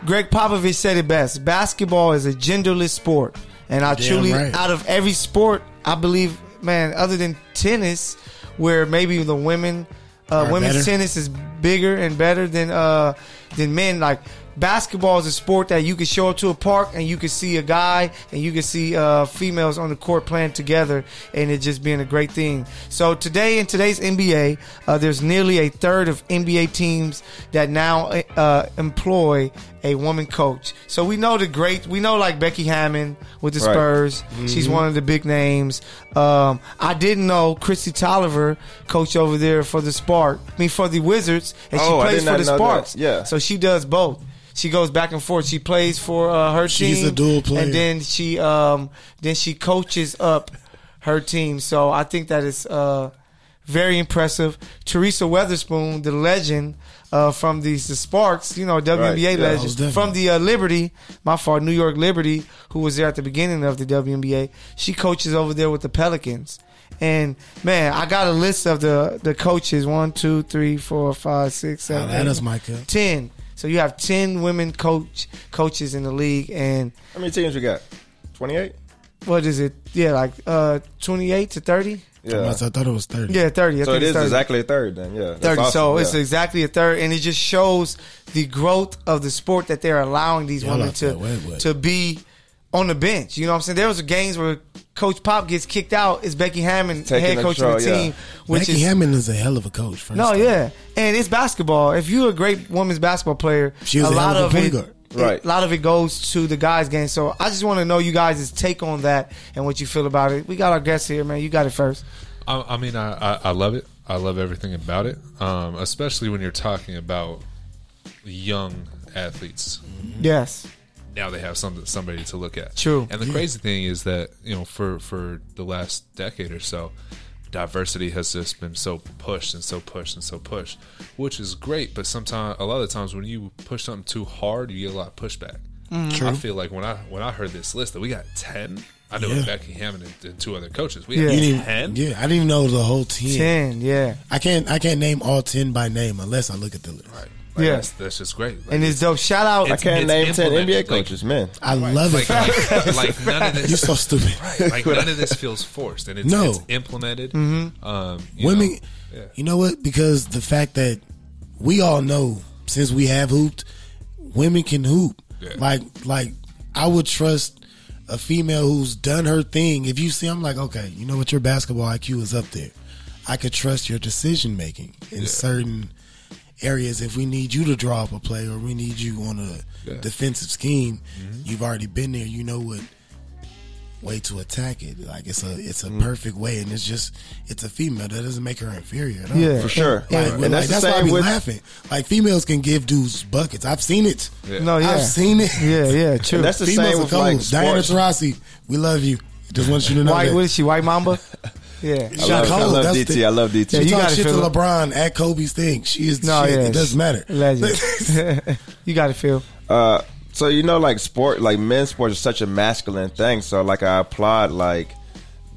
Greg Popovich said it best: basketball is a genderless sport, and I truly, right. out of every sport, I believe, man, other than tennis, where maybe the women, uh, Are women's better. tennis is bigger and better than uh than men. Like basketball is a sport that you can show up to a park and you can see a guy and you can see uh, females on the court playing together and it just being a great thing. So today in today's NBA, uh, there's nearly a third of NBA teams that now uh, employ a woman coach. So we know the great, we know like Becky Hammond with the Right. Spurs. Mm-hmm. She's one of the big names. Um, I didn't know Christy Tolliver coached over there for the Spark. I mean for the Wizards, and Oh, I she did plays not for the know that. Sparks. Yeah. So she does both. She goes back and forth. She plays for uh, her team. She's a dual player. And then she um then she coaches up her team. So I think that is uh very impressive. Teresa Weatherspoon, the legend uh, from these the Sparks, you know, WNBA yeah. legend Most definitely. from the uh, Liberty, my fault, New York Liberty, who was there at the beginning of the WNBA. She coaches over there with the Pelicans. And man, I got a list of the the coaches. One, two, three, four, five, six, seven, That eight, is Micah. ten. So you have ten women coach coaches in the league, and How many teams we got? Twenty eight. what is it? Yeah, like uh, twenty eight to thirty. Yeah. I thought it was 30. Yeah, thirty. I So think it it's is 30. exactly a third then. Yeah. That's 30. so awesome, it's yeah. exactly a third, and it just shows the growth of the sport that they're allowing these Y'all women out there, wait, to wait. to be on the bench. You know what I'm saying? There was games where Coach Pop gets kicked out. It's Becky Hammond, Taking head the coach of the control, yeah. team, which Becky is Hammond is a hell of a coach. First no, off. yeah, and it's basketball. If you're a great women's basketball player, She was a hell of a point it, guard. it- Right. A lot of it goes to the guys' game. So I just want to know you guys' take on that and what you feel about it. We got our guests here, man. You got it first. I, I mean, I, I, I love it. I love everything about it, um, especially when you're talking about young athletes. Mm-hmm. Yes, Now they have something, somebody to look at. True. And the crazy thing is that you know, for for the last decade or so, diversity has just been so pushed and so pushed and so pushed, which is great. But sometimes, a lot of times, when you push something too hard, you get a lot of pushback. I feel like when I when I heard this list that we got ten. I know Yeah. Becky Hammond and, and two other coaches. We Yeah. had You You didn't- ten. yeah, I didn't even know the whole team. ten, yeah. I can't I can't name all ten by name unless I look at the list. Right. Yeah. Like, That's, that's just great. Like, And it's dope. Shout out. I can't it's name ten implemented, NBA like- coaches, man. I love like, it. like, like none of You're this. so stupid. right. Like none of this feels forced, and it's, No. it's implemented. Mm-hmm. Um, you Women, know, yeah. you know what? Because the fact that we all know since we have hooped, women can hoop. Yeah. Like, like I would trust a female who's done her thing. If you see, I'm like, okay, you know what? Your basketball IQ is up there. I could trust your decision making in certain areas. If we need you to draw up a play or we need you on a Yeah. Mm-hmm. defensive scheme, you've already been there. You know what way to attack it. Like it's a it's Mm. a perfect way, and it's just it's a female that doesn't make her inferior. At all. Yeah. For sure. Like, and like, that's that's, the why I same be with laughing. Like females can give dudes buckets. I've seen it. Yeah. No, Oh, yeah, I've seen it. yeah, yeah. True. and that's the females same are with like cold. Diana sports. Taurasi, we love you. Just want you to know White, that. what is she? White Mamba? Yeah. I love, I Cold, love that's DT. the- I love DT. Yeah, she you talks gotta shit to feel it. LeBron at Kobe's thing. She is No, shit. yeah. It doesn't matter. Legend. you got it, Phil. Uh, so you know, like sport, like men's sports is such a masculine thing. So like, I applaud like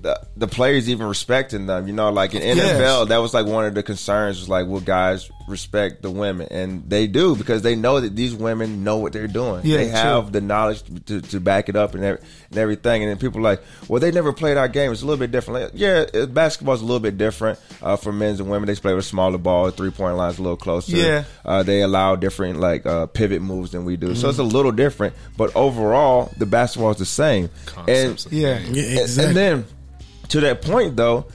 the the players even respecting them. You know, like in NFL, that was like one of the concerns was like, will guys respect the women? And they do because they know that these women know what they're doing. Yeah, they true. have the knowledge to, to back it up and, every, and everything. And then people are like, well, they never played our game. It's a little bit different. Like, yeah, it, basketball's a little bit different uh, for men's and women. They play with smaller balls, three point lines a little closer. Yeah. Uh, they allow different like uh, pivot moves than we do, so it's a little different. But overall, the basketball is the same. concepts And, of yeah. the game. Yeah, and- exactly. and then to that point, though,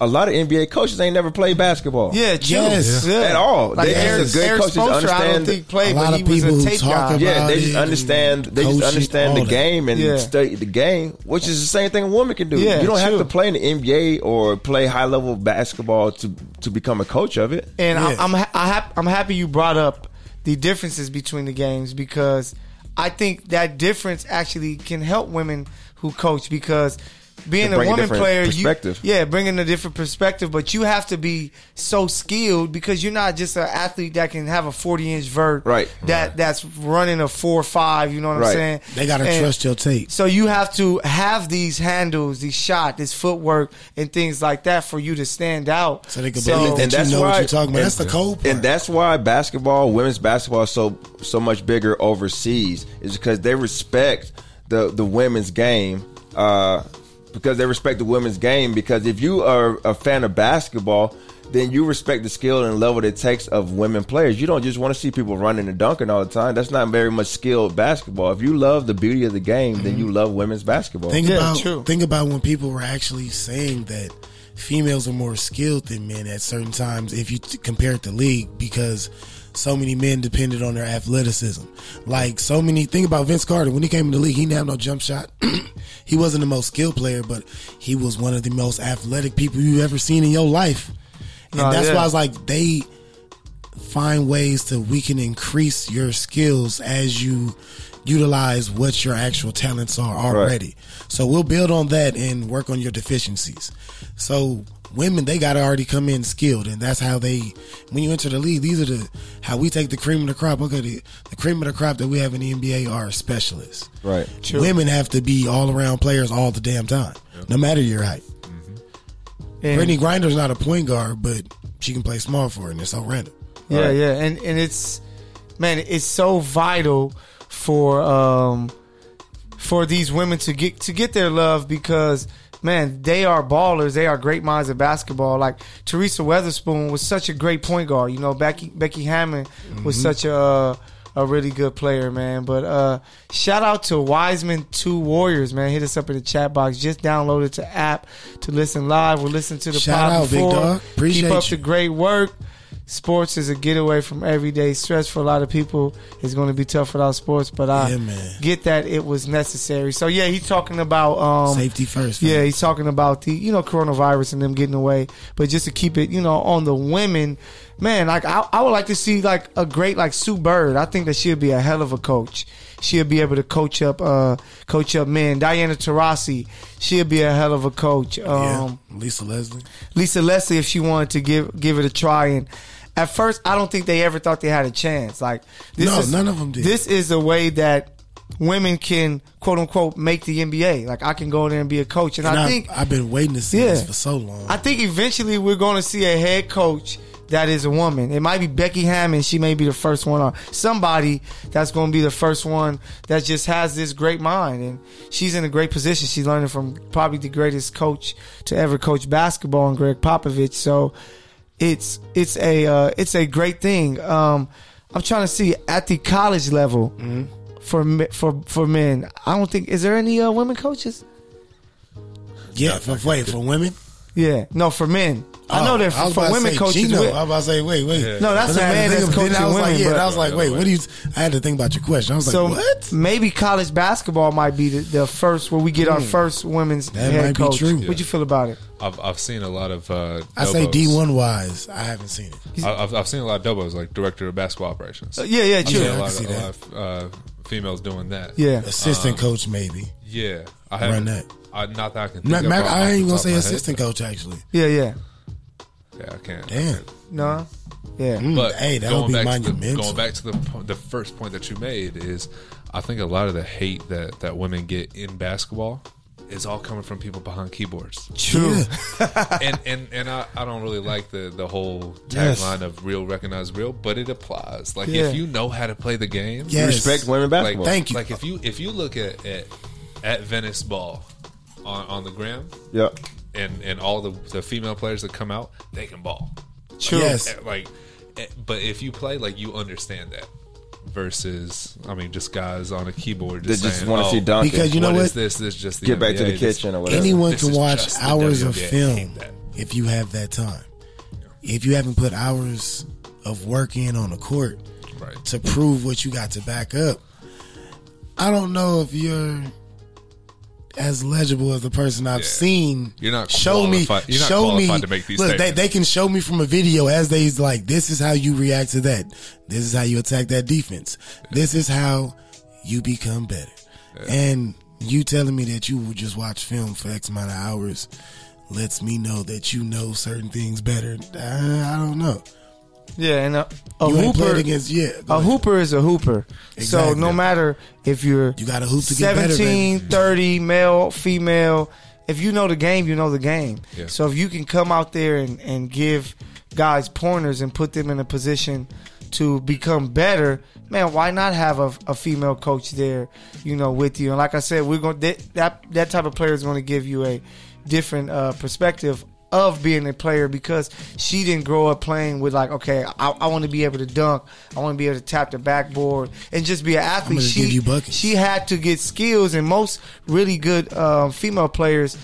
a lot of NBA coaches ain't never played basketball. Yeah, Jew. Yes. Yeah. At all. They- Eric, there's good Eric coaches Spoelstra, I don't understand- think played, A lot but he of was people a who tape talk guy. about- Yeah, they it just and understand. They coaching, just understand all the that. game and Yeah. study the game, which is the same thing a woman can do. Yeah, you don't have true. to play in the NBA or play high level basketball to to become a coach of it. And I, Yeah. I'm ha- I hap- I'm happy you brought up the differences between the games because I think that difference actually can help women who coach because being Can a bring a woman different player, you- perspective. yeah, bringing a different perspective, but you have to be so skilled because you're not just an athlete that can have a 40 inch vert, Right. That that's running a four or five. You know what I'm Right. saying? They gotta And- trust your tape. so you have to have these handles, these shot, this footwork, and things like that for you to stand out. So they can So- believe that And you that's know what why- you're talking about. and- That's the cold part. And that's why basketball, women's basketball, is so so much bigger overseas is because they respect the the women's game. Uh, because they respect the women's game. Because if you are a fan of basketball, then you respect the skill and level that it takes of women players. You don't just want to see people running and dunking all the time. That's not very much skilled basketball. If you love the beauty of the game, then you love women's basketball. Think Yeah, about true. think about when people were actually saying that females are more skilled than men at certain times if you t- compare it to league because so many men depended on their athleticism. Like so many think about Vince Carter when he came in the league, he didn't have no jump shot. he wasn't the most skilled player, but he was one of the most athletic people you've ever seen in your life. And Nah, that's yeah. why it's like they find ways to we can increase your skills as you utilize what your actual talents are already. So we'll build on that and work on your deficiencies. So women they gotta already come in skilled and that's how they when you enter the league, these are the how we take the cream of the crop. Okay, the, the cream of the crop that we have in the NBA are specialists. Right. True. Women have to be all around players all the damn time. No matter your height. And- Brittany Grinder's not a point guard, but she can play small for it and it's so random. Yeah, Right. yeah, and and it's man, it's so vital for um for these women to get to get their love because man, they are ballers. They are great minds at basketball. Like Teresa Weatherspoon was such a great point guard. You know, Becky Becky Hammond Mm-hmm. was such a uh, a really good player, man. But uh, shout out to Wiseman Two Warriors, man. Hit us up in the chat box. Just downloaded the app to listen live. We'll listen to the Shout pod out, big before. dog. Appreciate Keep up you. the great work. Sports is a getaway from everyday stress for a lot of people. It's going to be tough without sports, but I Yeah, man. get that it was necessary. So yeah, he's talking about um, Safety first. fam. Yeah, he's talking about the you know coronavirus and them getting away, but just to keep it you know on the women, man. Like I, I would like to see like a great like Sue Bird. I think that she'd be a hell of a coach. She'll be able to coach up uh coach up men. Diana Taurasi, she'll be a hell of a coach. Um, yeah. Lisa Leslie. Lisa Leslie if she wanted to give give it a try. And at first, I don't think they ever thought they had a chance. Like this No, is, none of 'em did. This is a way that women can quote unquote make the NBA. Like I can go in there and be a coach, and, And I, I think have been waiting to see Yeah. this for so long. I think eventually we're going to see a head coach. That is a woman. It might be Becky Hammond. She may be the first one, or somebody that's going to be the first one that just has this great mind. And she's in a great position. She's learning from probably the greatest coach to ever coach basketball, and Greg Popovich. So it's it's a uh, it's a great thing. Um, I'm trying to see at the college level for me- for for men. I don't think is there any uh, women coaches. yeah, for, wait, for women? Yeah, no, for men. I know that Oh, I for, was about to women say coaches. Gino. with- I was about to say, wait, wait. Yeah. No, that's But a then I man had to that's think of- then coaching I was women, Like, yeah, bro. I was like, wait, what do you? I had to think about your question. I was so like, what? maybe college basketball might be the, the first where we get our first women's Hmm. That head might be coach. true. What you feel about it? I've I've seen a lot of uh, I say Dobos. D one wise. I haven't seen it. I- I've, I've seen a lot of Dobos, like director of basketball operations. Uh, yeah, yeah, I've seen true. Oh, I a can lot see of, a lot of uh, females doing that. Yeah, Assistant coach, maybe. yeah. I Run haven't. that. I, not that I can. Think Not, of Mac, off I the ain't gonna top of say my assistant coach. Actually, yeah, yeah. Head. Yeah, I can't. Damn. Mm, I can't. No, yeah. Hmm. But hey, that would be going back to the, monumental. going back to the po- the first point that you made is, I think a lot of the hate that that women get in basketball is all coming from people behind keyboards. True. and and and I, I don't really like the the whole tagline Yes. of real recognize real, but it applies. Like Yeah. if you know how to play the game, Yes. Respect women Like basketball. Thank you. Like if you if you look at at, at Venice Ball on, on the gram yeah. and and all the the female players that come out, they can ball. True. Yes. Like, eh, but if you play, like you understand that. Versus, I mean, just guys on a keyboard They just, just saying, want to oh, see Duncan. Because you know what what? is this? This is just the Get back to NBA. the This- kitchen or whatever. Anyone this can is watch just the hours of WNBA. I hate film that. if you have that time. If you haven't put hours of work in on the court Right. to prove what you got to back up, I don't know if you're as legible as the person I've Yeah. seen. You're not show me. qualified- you're not show me. qualified to make these look, they, statements. they can show me from a video as they like. This is how you react to that. This is how you attack that defense. This is how you become better. And you telling me that you would just watch film for X amount of hours lets me know that you know certain things better. Uh, I don't know. Yeah, and a, a you ain't played hooper against yeah. a hooper is a hooper. So Exactly. no matter if you're You got to hoop to get better. baby. 17, 30, male, female. If you know the game, you know the game. Yeah. So if you can come out there and, and give guys pointers and put them in a position to become better, man, why not have a, a female coach there, you know, with you? And like I said, we're going to that that type of player is going to give you a different uh, perspective of being a player because she didn't grow up playing with like, okay, I, I want to be able to dunk, I want to be able to tap the backboard and just be an athlete. gonna She give you buckets. she had to get skills, and most really good um, female players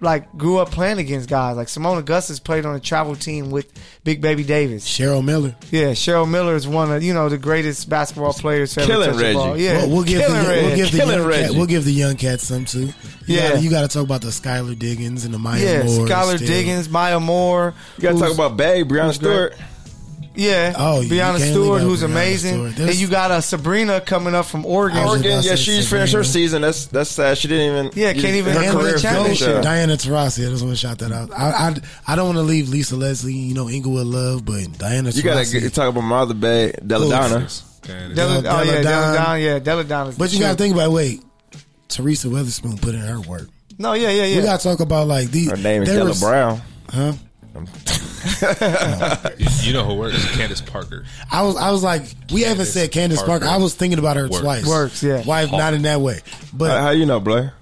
like grew up playing against guys. Like Simone Augustus played on a travel team with Big Baby Davis. Cheryl Miller. Yeah, Cheryl Miller is one of you know the greatest basketball players. to ever Killing touch the Reggie. ball. Yeah, Well, we'll give killing the, Reggie. we'll give the Killing young cat, Reggie. we'll give the young cats some too. You Yeah. gotta, you got to talk about the Skylar Diggins and the Maya yeah, Moore. Skylar still. Diggins, Maya Moore. You gotta talk who's- about Babe, Brianna Stewart. yeah, Oh, you Brianna can't leave Stewart, out who's Brianna amazing. Stewart. And There's- you got a Sabrina coming up from Oregon. I was Oregon, about to yeah, say she's finished her Sabrina. season. That's that's sad. She didn't even. Yeah, can't even her handle the career challenge. finished. Oh, shit, uh, Diana Taurasi. I just want to shout that out. I I, I don't want to leave Lisa Leslie, you know, Inglewood Love, but Diana You gotta Taurasi. get, talk about my other babe, Deladonna. And Della, oh Della yeah, Della Don. Don. Yeah, Della Don is. but the you got to truth. think about wait, Teresa Weatherspoon put in her work. No, yeah, yeah, yeah. We got to talk about like these. Her name is there Della was- Brown. Huh? you, you know who works? Candace Parker. I was I was like, we haven't Candace said Candace Parker. Parker. I was thinking about her Works. twice. Works, yeah. Uh, Wife, not in that way, but How, how you know, Blair?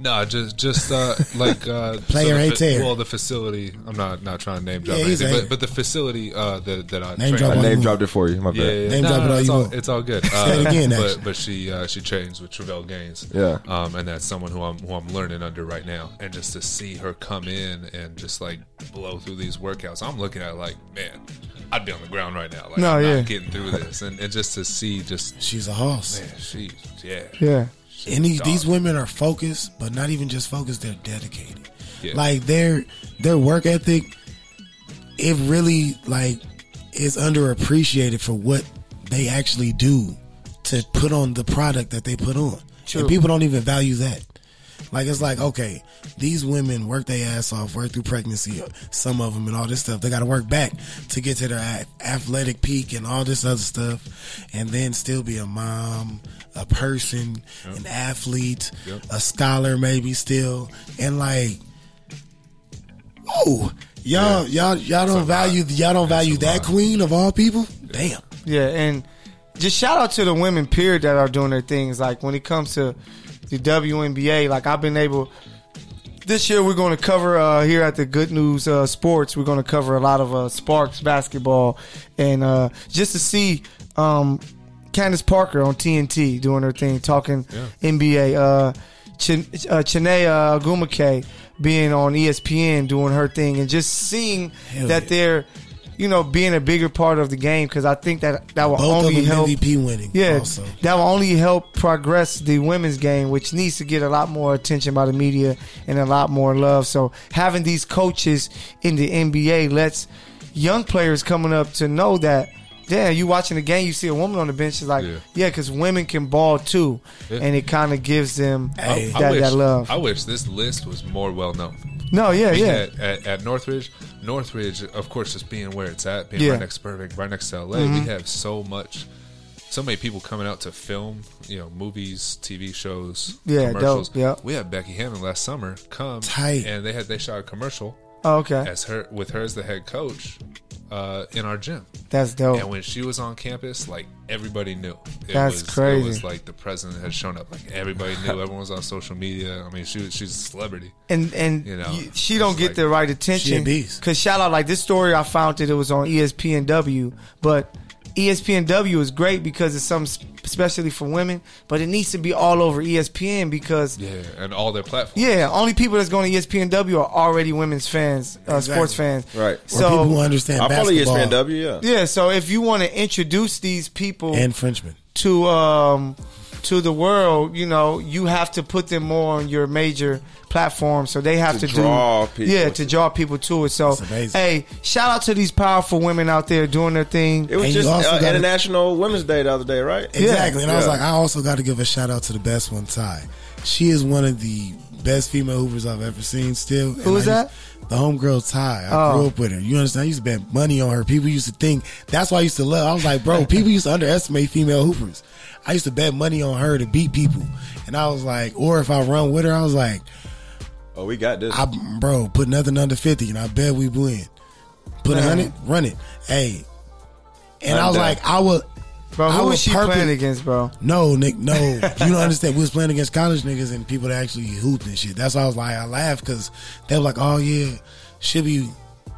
No, just just uh, like uh, Player the ain't there. Well, the facility. I'm not not trying to name drop Yeah, he's anything, ain't. but, but the facility uh, that that I Name trained drop I on at- you. name dropped it for you. My Yeah, yeah, bad. Name no, drop no, it all it's you all want. it's all good. Uh, it again, actually. but, but she uh, she changed with Travell Gaines. Yeah. um, and that's someone who I'm who I'm learning under right now. And just to see her come in and just like blow through these workouts, I'm looking at it like, man, I'd be on the ground right now. Like, No, I'm yeah. not getting through this. And, and just to see, just she's a hoss. man, she, yeah, yeah. she's And these, a these dog. women are focused, but not even just focused. They're dedicated. Yeah. Like their their work ethic, it really like is underappreciated for what they actually do to put on the product that they put on. True. And people don't even value that. Like it's like okay, these women work their ass off, work through pregnancy, some of them, and all this stuff. They got to work back to get to their a- athletic peak and all this other stuff, and then still be a mom, a person, an athlete, Yep. a scholar, maybe still, and like, oh, y'all, y'all, y'all don't value, y'all don't value a that lot. queen of all people. Damn, Yeah, and just shout out to the women period that are doing their things. Like when it comes to the WNBA, like I've been able. This year we're going to cover uh, here at the Good News uh, Sports. We're going to cover a lot of uh, Sparks basketball, and uh, just to see um, Candace Parker on TNT doing her thing, talking NBA. Uh, Chin- uh, Chinea Agumake being on E ESPN doing her thing, and just seeing Hell that yeah. they're you know being a bigger part of the game because I think that that will both of only them help. MVP winning. Yeah, also. that will only help progress the women's game, which needs to get a lot more attention by the media and a lot more love. So having these coaches in the NBA lets young players coming up to know that. Damn, you watching the game, you see a woman on the bench, it's like, Yeah. yeah, because women can ball too, Yeah. and it kind of gives them Hey. that, that love. I wish this list was more well known. no, yeah, being yeah, At, at, at Northridge, Northridge, of course, just being where it's at, being Yeah. Mm-hmm. right next to Burbank, right next to LA, we have so much, so many people coming out to film, you know, movies, TV shows, Yeah, dope, commercials. yeah. We had Becky Hammond last summer come, Tight. and they had they shot a commercial Oh, okay, as her with her as the head coach uh, in our gym. that's dope. And when she was on campus, like everybody knew. It Oh. That's was, crazy. It was like the president had shown up. Like everybody knew. Everyone was on social media. I mean, she was, she's a celebrity. and and You know, y- she don't it's get like- the right attention. She a beast. E Cause shout out like this story I found that it was on ESPNW, but E ESPNW is great because it's something especially for women, but it needs to be all over E ESPN because Yeah, and all their platforms. yeah, only people that's going to E ESPNW are already women's fans, uh, sports fans. Right. Or people who So understand I follow E basketball ESPN W. Yeah. yeah, so if you want to introduce these people and Frenchmen. to um to the world, you know, you have to put them more on your major platform, so they have To to, draw do people yeah to- to draw people to it. So amazing. hey, shout out to these powerful women out there doing their thing. It was And you just also uh, gotta- International Women's Day the other day, right? Exactly. And I was Yeah. like, I also got to give a shout out to the best one, Ty. She is one of the best female Ubers I've ever seen still. And Who is I that? used- The homegirl Ty. I Oh. grew up with her. You understand? I used to bet money on her. People used to think, that's why I used to love. I was like, bro, people used to underestimate female Hoopers. I used to bet money on her to beat people. And I was like, or if I run with her, I was like, Oh, we got this. I, bro, put nothing under 50 and I bet we win. Put a Man. 100, run it. Hey. And I was I'm down. like, I will. Bro, I who would is she purpose- playing against, bro? No, Nick, no. you don't understand. We was playing against college niggas and people that actually hooped and shit. That's why I was like, I laughed because they were like, oh, yeah, she'll be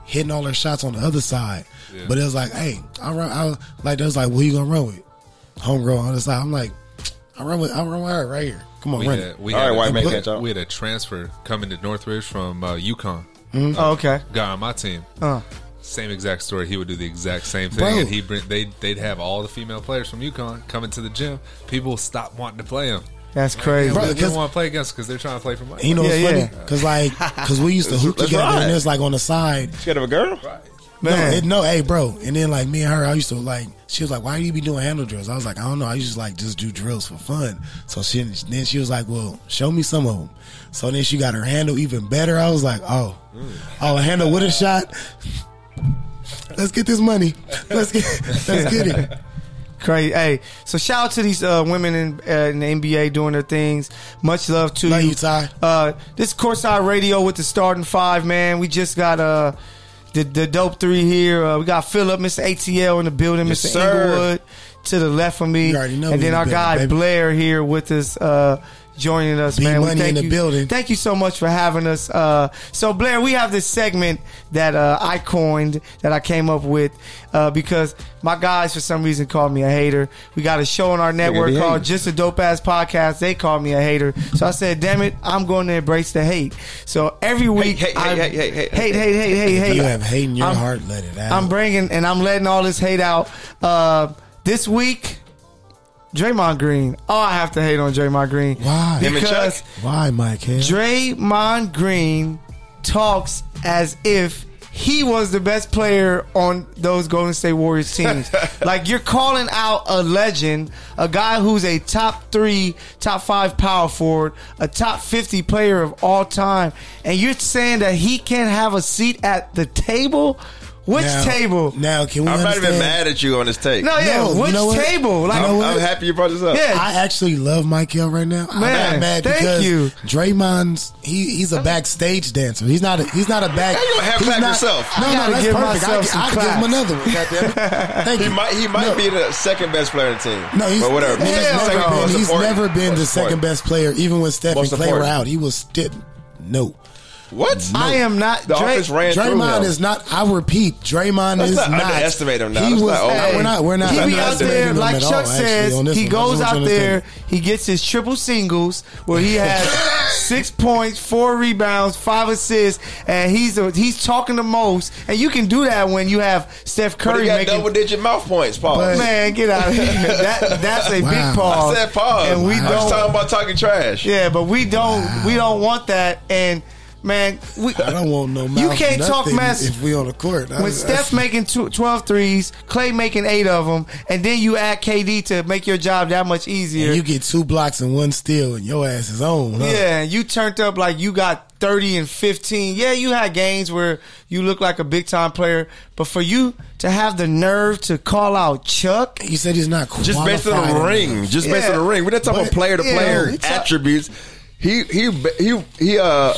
hitting all her shots on the other side. Yeah. But it was like, hey, I run. I, was- like, they was like, well, you going to run with? Homegirl on the side. I'm like, I run with, I run with her right here. Come on, We run had, it. we, All had right, white a, man we catch up. had a transfer coming to Northridge from uh, UConn. Oh, okay. Guy on my team. Uh, Same exact story. He would do the exact same thing, Bro. and he bring, they'd they'd have all the female players from UConn coming to the gym. People stop wanting to play him. that's crazy. Bro, they because- don't want to play against because they're trying to play for money. And you know what's Yeah, funny? yeah. Because, like, because we used to hoop Let's together and ride. it's like on the side. Scared of a girl? No, Man. it, no, hey, bro. And then like me and her, I used to like. She was like, "Why do you be doing handle drills?" I was like, "I don't know. I used to like just do drills for fun." So she then she was like, "Well, show me some of them." So then she got her handle even better. I was like, "Oh, oh, a handle with a shot. Let's get this money. Let's get let's get it." Crazy. Hey, so shout out to these uh, women in, uh, in the NBA doing their things. Much love to Love you. you, Ty. Uh, this Courtside Radio with the starting five, man. We just got uh, the, the dope three here. Uh, we got Philip, Mr. ATL in the building, Yes, Mr. sir. Inglewood to the left of me. You already know and we then in our the guy building, baby. Blair here with us. Uh, Joining us, Big man. We money in thank the you- building. Thank you so much for having us. Uh, so, Blair, we have this segment that uh, I coined, that I came up with, uh, because my guys, for some reason, called me a hater. We got a show on our network be called haters. Just a Dope Ass Podcast. They called me a hater. So I said, damn it, I'm going to embrace the hate. So every week, hate, I- hate, hate, hate, hate, hate, hate, hate, hate. you have hate in your I'm- heart. Let it out. I'm bringing and I'm letting all this hate out. Uh, this week, Draymond Green. Oh, I have to hate on Draymond Green. Why? Him and Because Chuck? Why, Mike? Hill? Draymond Green talks as if he was the best player on those Golden State Warriors teams. like you're calling out a legend, a guy who's a top three, top five power forward, a top fifty player of all time, and you're saying that he can't have a seat at the table. Which Now- table? Now, can we? I'm not even understand- mad at you on this take. No, yeah, No, you which know what? table? Like, You know I'm, what? I'm happy you brought this up. yeah, I actually love Michael right now. I'm Man, not mad thank because you. Draymond's he, he's a backstage dancer. He's not a, he's not a back. How you gonna half he's clap not- yourself? No, I gotta no, that's give perfect. myself some I, I give claps. him another one. goddammit. Thank He you. might he might No. be the second best player in the team. No, he's, but whatever. he's Hell never, no. been, Most he's important. never been the Most second important. best player, even when Steph Most and Clay were important. out. He was still no. What? I am not. The Dray- offense Draymond ran through him. is not. I repeat, Draymond Let's is not underestimate him now. He Let's was. not over- no, we're not. We're not. He be out underestimating there him like at Chuck all, actually, says. on this He one. I just goes want you to out understand there. that. He gets his triple singles where he has six points, four rebounds, five assists, and he's a, he's talking the most. And you can do that when you have Steph But Curry he got making. double digit mouth points, Paul. Man, get out of here! That, that's a Wow. big pause. I said pause. And we I'm don't. just talking about talking trash. Yeah, but we don't. We don't want that. And man, we. I don't want no. You mouth can't talk nothing mess if we on the court. I- when I- Steph making tw- 12 threes, Clay making eight of them, and then you add KD to make your job that much easier. And you get two blocks and one steal, and your ass is on. Huh? yeah, and you turned up like you got 30 and 15. Yeah, you had games where you look like a big time player, but for you to have the nerve to call out Chuck, You said he's not qualified. Just based on the enough. ring. Just based Yeah. on the ring. We're not talking But- about player to Yeah, player it's a- attributes. He he he he uh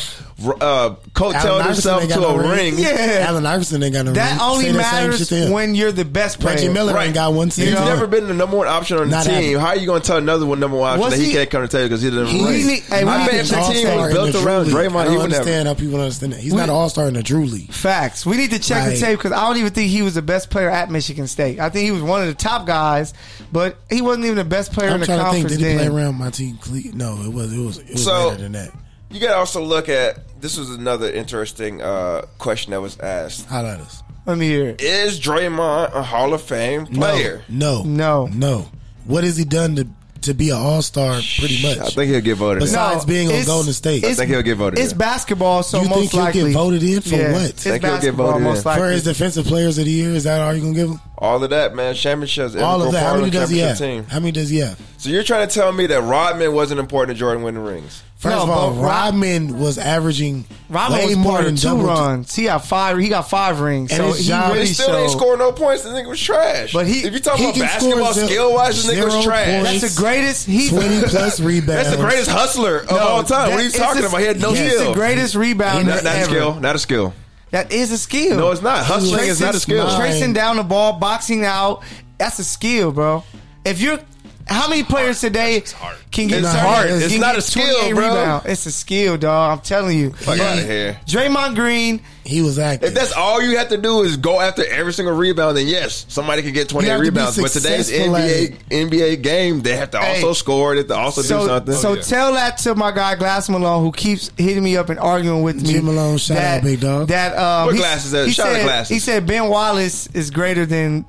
uh, coattailed Allen Iverson himself ain't got to no a ring. Yeah. Allen Iverson ain't got no That ring. only Say the same matters shit to him. when you're the best player. Reggie Miller Right. ain't got one You single. He's know? never been the number one option on the Not team. happening. How are you going to tell another one number one option Was that he, he- can't come to tell you because he didn't He- race? need- hey, we I need bet an if the team all-star was built around I Draymond, he don't would have. understand how people don't understand that. He's not We- an all star in the Drew League. Facts. We need to check the Like- tape because I don't even think he was the best player at Michigan State. I think he was one of the top guys, but he wasn't even the best player in I'm the trying to think. conference. Did he play then. around my team? Cle- No, it was it was it was So- later than that. You got to also look at this was another interesting uh, question that was asked. Highlight us. Let me hear it. Is Draymond a Hall of Fame player? No, No. no. What has he done to to be an all star? Pretty much. I think he'll get voted. Besides- Besides in. being on it's- Golden State. I it's- think he'll get voted It's in. basketball, so You most think he'll get likely voted in for what? It's Think he'll get basketball, voted most in. likely. For his defensive players of the year, is that all you're gonna give him? All of that, man. Championships. all of integral that. How part many the does he have? championship team. How many does he have? So you're trying to tell me that Rodman wasn't important to Jordan winning rings? First No, of all, but Rod- Rodman was averaging Rodman way was more part than of two double. runs. He got five. He got five rings. And so his he job- really He still ain't showed- score no points. The nigga was trash. But he- if you talk he about can score basketball zero- skill wise, the nigga zero was trash. points. That's the greatest. He 20 plus rebounds. That's the greatest hustler of No, all time. What are you that- talking it's a- about? He had no he's skill. the greatest rebounder not, not a ever. skill. Not a skill. That is a skill. No, it's not. Hustling is not a skill. Tracing- Tracing down the ball, boxing out, that's a skill, bro. If you're how many players today hard. can get It's 30 hard. can It's not get a skill, 28 bro. rebound? It's a skill, dog. I'm telling you. Fuck out of here. Draymond Green, He was active. If that's all you have to do is go after every single rebound, then yes, somebody can get 28 have to be rebounds. But today's successful at NBA NBA game, they have to also Hey. score. They have to also do so something. so Oh, yeah. tell that to my guy Glass Malone, who keeps hitting me up and arguing with me. Jim Malone, shout that, out, big dog. That um, Put he- glasses at- he shout out said, glasses. He said Ben Wallace is greater than.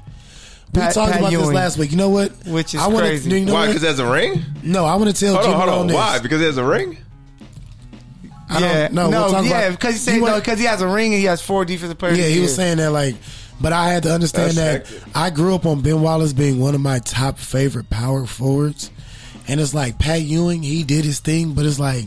we Pat- talked Pat about this Ewing. last week. You know what? Which is I wanna, crazy. do You know Why? what? Because there's a ring. No, I want to tell Hold Jim on, hold Malone on. this. Why? Because there's a ring. I don't yeah, know. We'll talk yeah, about- because he You said no, want- because he has a ring and he has four defensive players. Yeah, of the he was year. saying that like, but I had to understand That's that hectic. I grew up on Ben Wallace being one of my top favorite power forwards, and it's like Pat Ewing, he did his thing, but it's like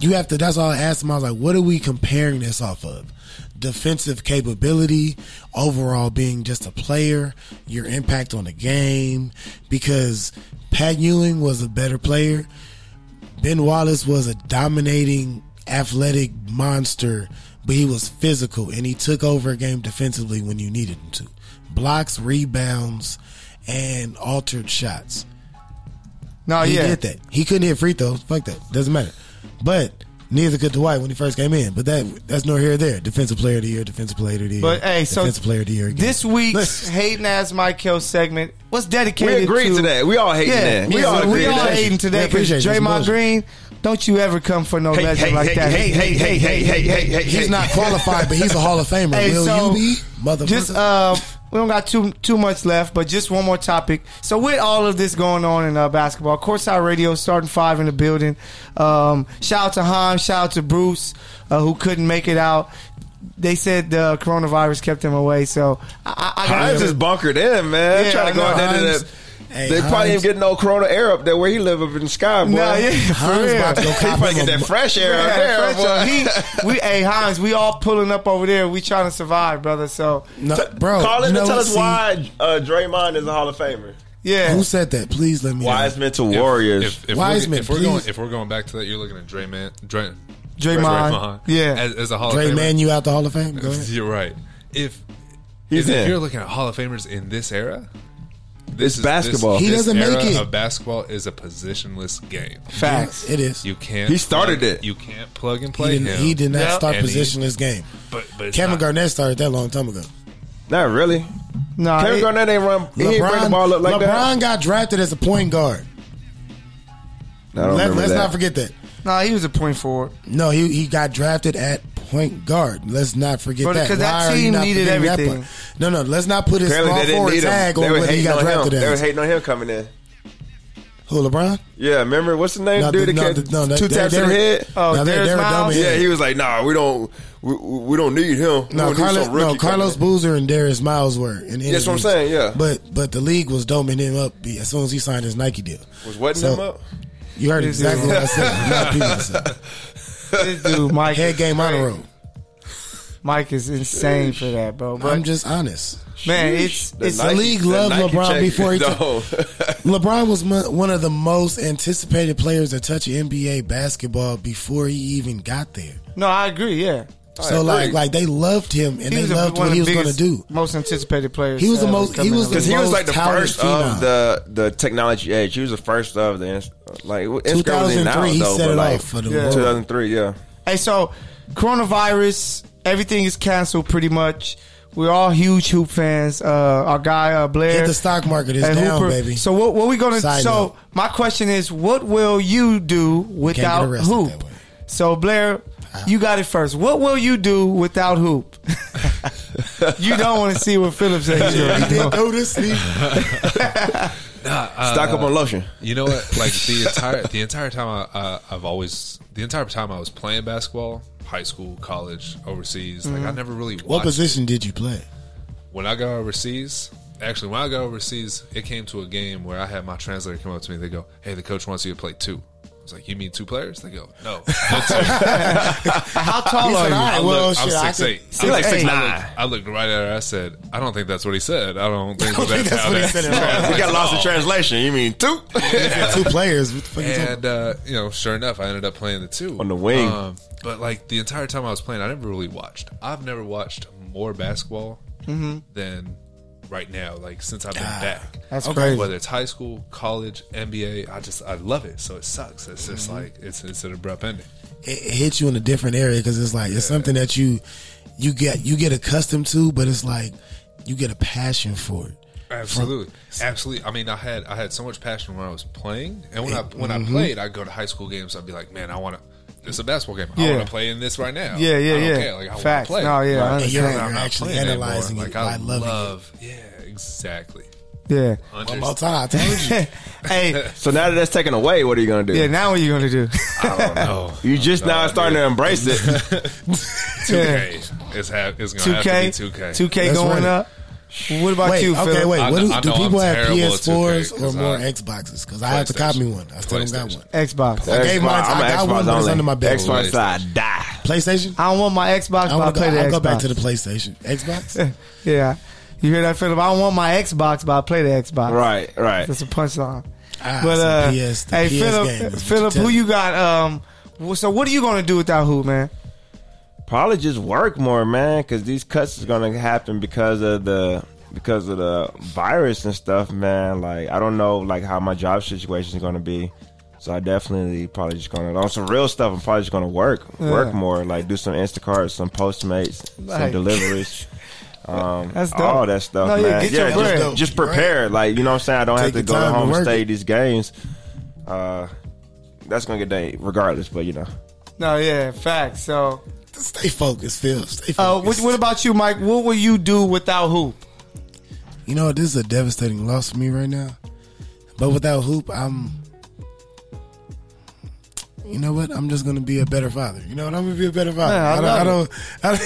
you have to. That's all I asked him. I was like, what are we comparing this off of? Defensive capability, overall being just a player, your impact on the game, because Pat Ewing was a better player. Ben Wallace was a dominating athletic monster, but he was physical and he took over a game defensively when you needed him to. Blocks, rebounds, and altered shots. no, he Oh, yeah, did that. He couldn't hit free throws. Fuck that. Doesn't matter. But neither could Dwight when he first came in. But that that's no here or there. Defensive player of the year, defensive player of the year. But hey, so defensive player of the year. Again. this week's Let's- hating ass Michael segment was dedicated. We agreed to, to that. We all hating Yeah, that. We yeah, all so agree we to all that. hating We today because appreciate it. It's Draymond bullshit. Green. Don't you ever come for no Hey, legend hey, like hey, that? hey, hey, hey, hey, hey, hey, hey. He's not qualified, but he's a Hall of Famer. Hey, Will so you be? Motherfucker. Just uh, we don't got too too much left, but just one more topic. So with all of this going on in uh, basketball, Courtside Radio starting five in the building. Um, shout out to Ham, shout out to Bruce uh, who couldn't make it out. They said the coronavirus kept him away, so I, I, I got Hines is bunkered in, man. Yeah, trying to go I know, out there to Hines- that. Hey, they probably Hines- ain't getting no Corona air up there where he live up in the sky, boy. No, yeah, for Hines real. about to go He cop probably him get a that mo- fresh air Yeah, out there, French, uh, boy. he- we, hey Hans, we all pulling up over there. We trying to survive, brother. So No, bro. Call in you know and tell what? us See, why uh, Draymond is a Hall of Famer. yeah, Who said that? Please let me. know. Wise mental If- warriors. If, if, Wiseman, we're, if we're going, please. if we're going back to that, you're looking at Draymond. Dray, Draymond. Yeah. as, as a Hall of Famer. Draymond, you out the Hall of Fame? Go ahead. You're right. If He's if, if in. you're looking at Hall of Famers in this era, It's this is- basketball. This, He this doesn't make era it. Of basketball is a positionless game. facts. It is. You can't. He started plug- it. You can't plug and He, play didn't- him. he did not Yeah. start And he- positionless game. But, but it's Kevin not- Garnett started that long time ago. Not really. Nah, Kevin it- Garnett ain't run. he ain't bring the ball up like LeBron that. got drafted as a point guard. I don't Let, remember us that. not forget that. nah, he was a point forward. No, he he got drafted at point guard. Let's not forget Bro, that. 'cause that Why are you team not needed forgetting that everything. part? No, no. Let's not put his Apparently small they didn't forward need him. tag They on were what he hating got on him. drafted They were as. hating on him coming in. Who LeBron? Yeah, remember what's the name? No, Dude they- that no, kept they- no, they- two they- taps they in the were- head. Oh, Now, there's a Miles? dummy. Yeah, he was like, "Nah, we don't, we, we don't need him. We No, don't need Carlos, some rookie no, coming Carlos in." Boozer and Darius Miles were. In That's what I'm interviews. saying, yeah. but but the league was doming him up be- as soon as he signed his Nike deal. was wetting So- him up. You heard exactly what I said. You know what people said. This dude, Mike. Head game honor roll. Mike is insane for that, bro. But I'm just honest. man, it's The it's Nike- league loved LeBron before he took- No. LeBron was mo- one of the most anticipated players to touch NBA basketball before he even got there. no, I agree. Yeah, So like, like they loved him and they the- loved what of he was the going to biggest, do. most anticipated players. He was the ever most- he coming was out. the- Because he was like the Most first talented of the the technology age. He was the first of the ins- like Instagram was in now 2003, he though, set but it like off for the Yeah. world. 2003, yeah. Hey, so coronavirus, everything is canceled pretty much. We're all huge hoop fans. Uh, our guy uh, Blair Hit the stock market is and down, Hooper. baby. So what? What we gonna? Side so note. my question is, what will you do without arrested hoop? that way. So Blair, you got it first. What will you do without hoop? you don't want to see what Phillips said. you he already know. did notice me. Stock up on lotion. You know what? Like the entire the entire time I, uh, I've always the entire time I was playing basketball, high school, college, overseas. Like I never really watched Mm-hmm. What position did you play? when I got overseas. Actually, when I got overseas, it came to a game where I had my translator come up to me. They go, "Hey, the coach wants you to play two. I was like, "You mean two players?" They go, "No." no two." How tall are said, you? "All right, I well, looked, shit, I'm I six could- eight. You're like six I looked, I looked right at her. I said, "I don't think that's what he said. I don't think, don't think that's, that's how what he that said at all. translates We got lost all." in translation. You mean two? Two players. What the fuck you talking and uh, you know, sure enough, I ended up playing the two On the wing. Um, but like the entire time I was playing, I never really watched. I've never watched more basketball than right now. Like since I've been back, That's crazy. Whether it's high school, college, NBA, I just I love it. So it sucks. It's just like it's it's an abrupt ending. it it hits you in a different area because it's like it's something that you you get you get accustomed to, but it's like you get a passion for it. Absolutely, absolutely. I mean, I had I had so much passion when I was playing, and when I when mm-hmm. I played, I'd go to high school games. I'd be like, man, I want to. It's a basketball game. I Yeah. want to play in this right now. Yeah, yeah, I don't yeah. Care. Like, I want to Facts. play. No, yeah, I Right. understand. You're- I'm you're not actually playing anymore. analyzing it Like, I by loving it. love. Yeah, exactly. Yeah. One Understand- more time, I told you. hey, so now that that's taken away, what are you gonna do? yeah. Now what you gonna do? I don't Oh, know. You just now No, starting dude. to embrace it. 2K. It's, ha- it's gonna Two K, have to be 2K. two K That's going right. up. What about wait, you, okay, Philip? wait. I What kn- do, I do know I'm people have terrible at 2K, PS4s 'cause or more I- Xboxes? Because I have to PlayStation. copy one. I still don't got PlayStation. one. Xbox. I gave mine- I'm I got an one, Xbox but it's only. under my bed. Xbox, I die. PlayStation. I don't want my Xbox, I but I want to play go, the I'll Xbox. go back to the PlayStation. Xbox. yeah, you hear that, Philip? I don't want my Xbox, but I play the Xbox. Right, right. That's a punchline. Ah, but so uh, PS the hey, PS game is Philip, what Philip, you who tell you got? Um, wh- so what are you gonna do without who, man? Probably just work more, man, because these cuts is gonna happen because of the because of the virus and stuff, man. Like I don't know like how my job situation is gonna be, so I definitely probably just gonna on some real stuff. I'm probably just gonna work, work more, like do some Instacart, some Postmates, Like- some deliveries. Um, That's dope. all that stuff, No, yeah, man. get your just- bread. just, prepare, like you know what I'm saying. I don't Take have to the go time to home work and stay it. these games. Uh, that's gonna get day regardless, but you know. No, yeah, facts. So, Stay focused, Phil. Stay focused. uh, what, what about you, Mike? What will you do without who? You know, this is a devastating loss for me right now. But without Hoop, I'm. You know what? I'm just gonna be a better father. You know what? I'm gonna be a better father. Yeah, I I, don't, love I it. don't. I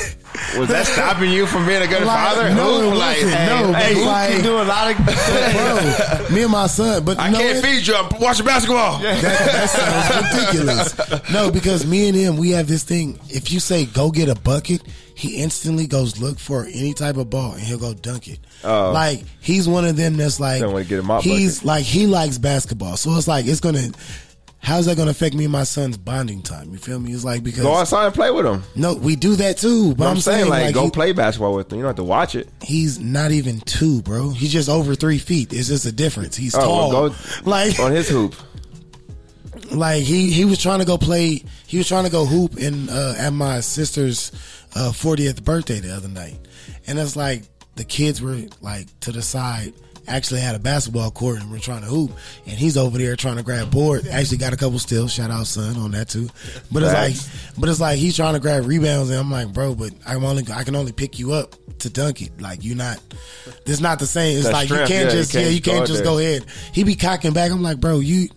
don't. Was that stopping you from being a good Like, father? no, Who? it like, wasn't. hey, No, hey, but you- like- You do a lot of. Bro, me and my son. But I you know can't what? feed you. I'm watching basketball. That, that sounds ridiculous. No, because me and him, we have this thing. If you say go get a bucket, he instantly goes look for any type of ball and he'll go dunk it. Oh. Like he's one of them that's like Don't wanna get him out He's like he likes basketball, so it's like it's gonna. How's that gonna affect me and my son's bonding time? You feel me? It's like because Go outside and play with him. no, we do that too. But But I'm, saying, like, go he- play basketball with him. You don't have to watch it. he's not even two, bro. He's just over three feet. It's just a difference. He's Oh, tall. well, go like on his hoop. like he he was trying to go play he was trying to go hoop in uh, at my sister's uh, 40th birthday the other night and it's like the kids were like to the side actually had a basketball court and we're trying to hoop and he's over there trying to grab board actually got a couple steals shout out son on that too but it's Facts. like but it's like he's trying to grab rebounds and I'm like bro but I'm only I can only pick you up to dunk it like you're not it's not the same it's That like strength, you can't yeah, you just yeah can't you can't guard just that. go ahead he be cocking back I'm like bro you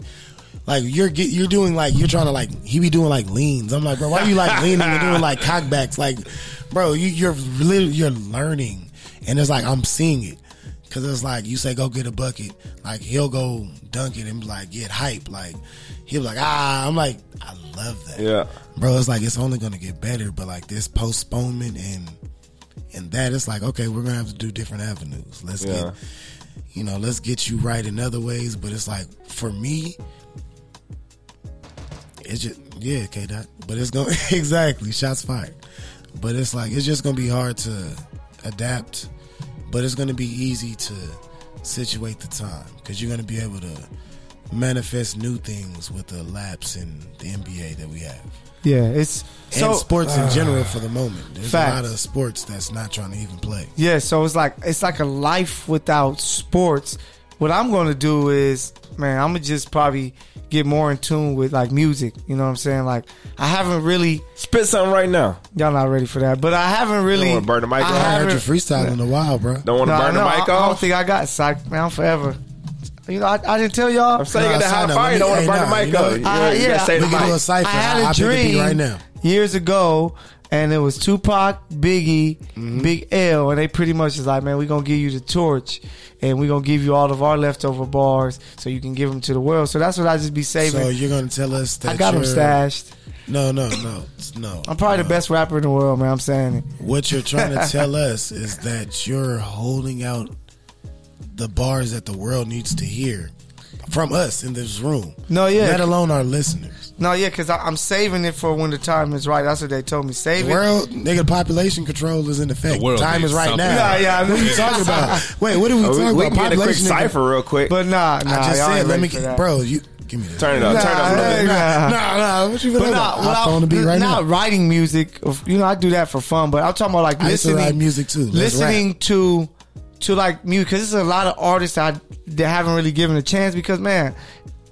like you're get, you're doing like you're trying to like he be doing like leans. I'm like, bro, why you like leaning and doing like cockbacks? Like, bro, you you're literally you're learning, and it's like I'm seeing it. Cause it's like you say, go get a bucket. Like he'll go dunk it and like get hype. Like he'll be like, ah, I'm like, I love that. Yeah. Bro, it's like it's only gonna get better, but like this postponement and and that it's like, okay, we're gonna have to do different avenues. Let's Yeah. get you know, let's get you right in other ways. But it's like for me, it's just yeah, K dot. But it's gonna exactly shots fired. But it's like it's just gonna be hard to adapt. But it's gonna be easy to situate the time because you're gonna be able to manifest new things with the lapse in the NBA that we have Yeah, it's so uh, and sports in general for the moment. There's Facts. a lot of sports that's not trying to even play. Yeah, so it's like it's like a life without sports. What I'm gonna do is, man, I'm gonna just probably get more in tune with like music. You know what I'm saying? Like I haven't really, Spit something right now. y'all not ready for that, but I haven't really. wanna burn the mic I off? I haven't- heard you freestyle in a while, bro. Don't want to Nah, burn no, the mic I, I don't off. think I got it. Psych, man, I'm forever. You know, I, I didn't tell y'all. I'm saying Nah, it to high sign up. fire. You don't want Hey, to burn nah, the mic you know- up. You Uh, gotta- you yeah. gotta say the We can do a mic. cipher. I had a I pick a dream beat right now. years ago, and it was Tupac, Biggie, Mm-hmm. Big L, and they pretty much is like, man, we're gonna give you the torch, and we're gonna give you all of our leftover bars, so you can give them to the world. So that's what I just be saving. So you're gonna tell us that I got them you're- stashed. No, no, no, it's- no. I'm probably the no. best rapper in the world, man. I'm saying it. What you're trying to tell us is that you're holding out the bars that the world needs to hear from us in this room. No, yeah. Let alone our listeners. No, yeah, because I'm saving it for when the time is right. That's what they told me. The Save it. world, nigga, population control is in effect. The world Time is needs right something. now. Yeah, yeah. What are you talking about? Wait, what are we Oh, talking we- We about? can get a quick Population is- cipher real quick. But nah, nah. I just y'all said, ain't let ready me, for that. bro. You give me that. Turn it up. Turn it up a little Nah, bit. nah. Nah, nah. What you But feel not, about? when iPhone I'm, to be right not now. writing music. of- You know, I do that for fun, but I'm talking about like I used to listening write music, too. Let's listening to to like music because there's a lot of artists I that haven't really given a chance because man.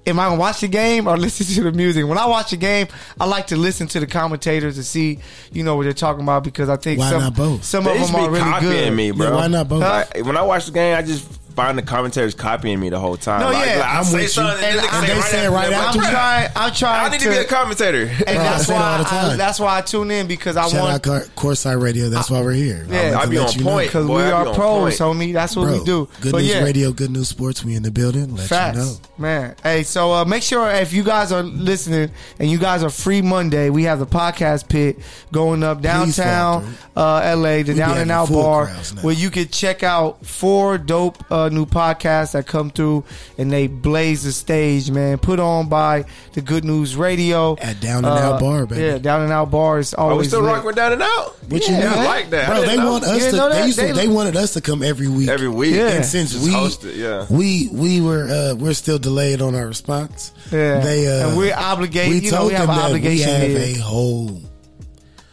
Am I gonna watch the game or listen to the music? When I watch the game, I like to listen to the commentators to see, you know, what they're talking about because I think Why some not both? some They of used them are to be really good. copying me, bro. Yeah, why not both? Uh, when I watch the game, I just find the commentators copying me the whole time. No, Like, yeah, like, I I'm say with you. something, And then I- they they say it right I'm I'm after. like, trying. I'm trying I need to be a commentator. and Bro, I that's say why it all the I, time. that's why I tune in because I Shout want out Cor- Corsair Radio. That's why we're here. Yeah, wanted I to be let on you know. point. because Boy, we I be are on pros, point. homie. That's what Bro, we do. Good but News yeah, Radio, Good News Sports. We in the building. Let facts, you know. man. Hey, so uh, make sure if you guys are listening and you guys are free Monday, we have the podcast pit going up come downtown uh, LA, the be Down and having Out full Bar, crowds now. where you can check out four dope uh, new podcasts that come through and they blaze the stage, man. Put on by the Good News Radio At Down and Out Bar, baby. Uh, Yeah, Down and Out Bar is Are we always still lit. rocking with down and out? What Yeah, you man. know? Like that. I bro? didn't They know. want You us didn't to. know that? They used They- to. They wanted us to come every week. Every week. Yeah. And since Just we host it, yeah. we we were uh, we're still delayed on our response. Yeah, They uh, and we're obligated. we you know, told we have them an that obligation. we have here. a whole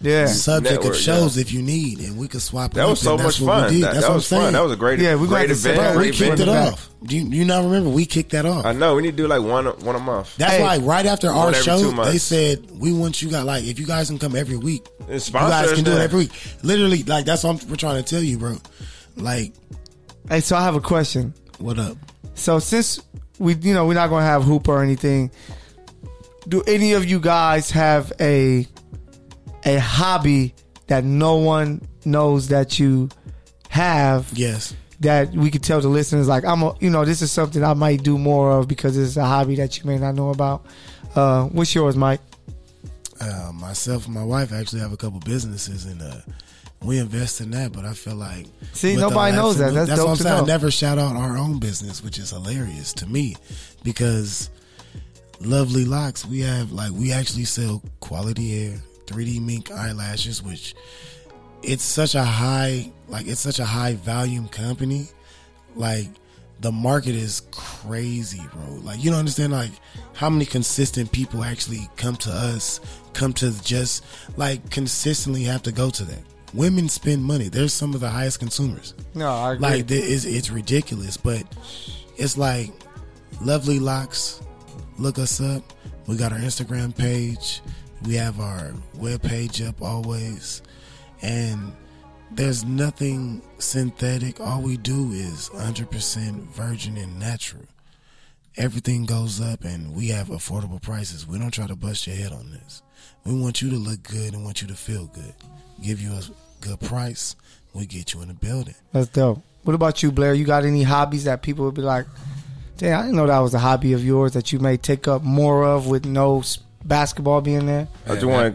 yeah, subject Network, of shows if you need, and we could swap. it That up, was so and much that's what we fun. did. That, That's that what was I'm saying. fun. That was a great, Yeah, we might great have to sit event. down. Bro, we Great Bring kicked it it event. back. off. Do you, you not remember? We kicked that off. I know. We need to do like one one a month. That's Hey. why right after our One every two show, months. they said we want you guys like if you guys can come every week, you And guys sponsors can do it then. every week. Literally, like that's what I'm, we're trying to tell you, bro. Like, Hey, so I have a question. what up? So since we, you know, we're not gonna have hoop or anything. Do any of you guys have a a hobby that no one knows that you have Yes, that we could tell the listeners like I'm a, you know this is something I might do more of because it's a hobby that you may not know about. Uh, what's yours, Mike? uh, myself and my wife actually have a couple businesses and uh, we invest in that. But I feel like See, with the nobody knows that. laughs and- That's that's dope what I'm to saying. know. I never shout out our own business, which is hilarious to me because lovely locks. We have like we actually sell quality hair, 3D mink eyelashes, which it's such a high like it's such a high volume company. Like the market is crazy, bro. Like you don't understand like how many consistent people actually come to us, come to just like consistently have to go to that. Women spend money. They're some of the highest consumers. No, I agree. Like th- it's, it's ridiculous, but it's like lovely locks. Look us up. We got our Instagram page. We have our web page up always, and there's nothing synthetic. All we do is 100% virgin and natural. Everything goes up, and we have affordable prices. We don't try to bust your head on this. We want you to look good and want you to feel good. Give you a good price, we get you in the building. That's dope. What about you, Blair? You got any hobbies that people would be like, "Damn, I didn't know that was a hobby of yours that you may take up more of with no s- basketball being there." I just want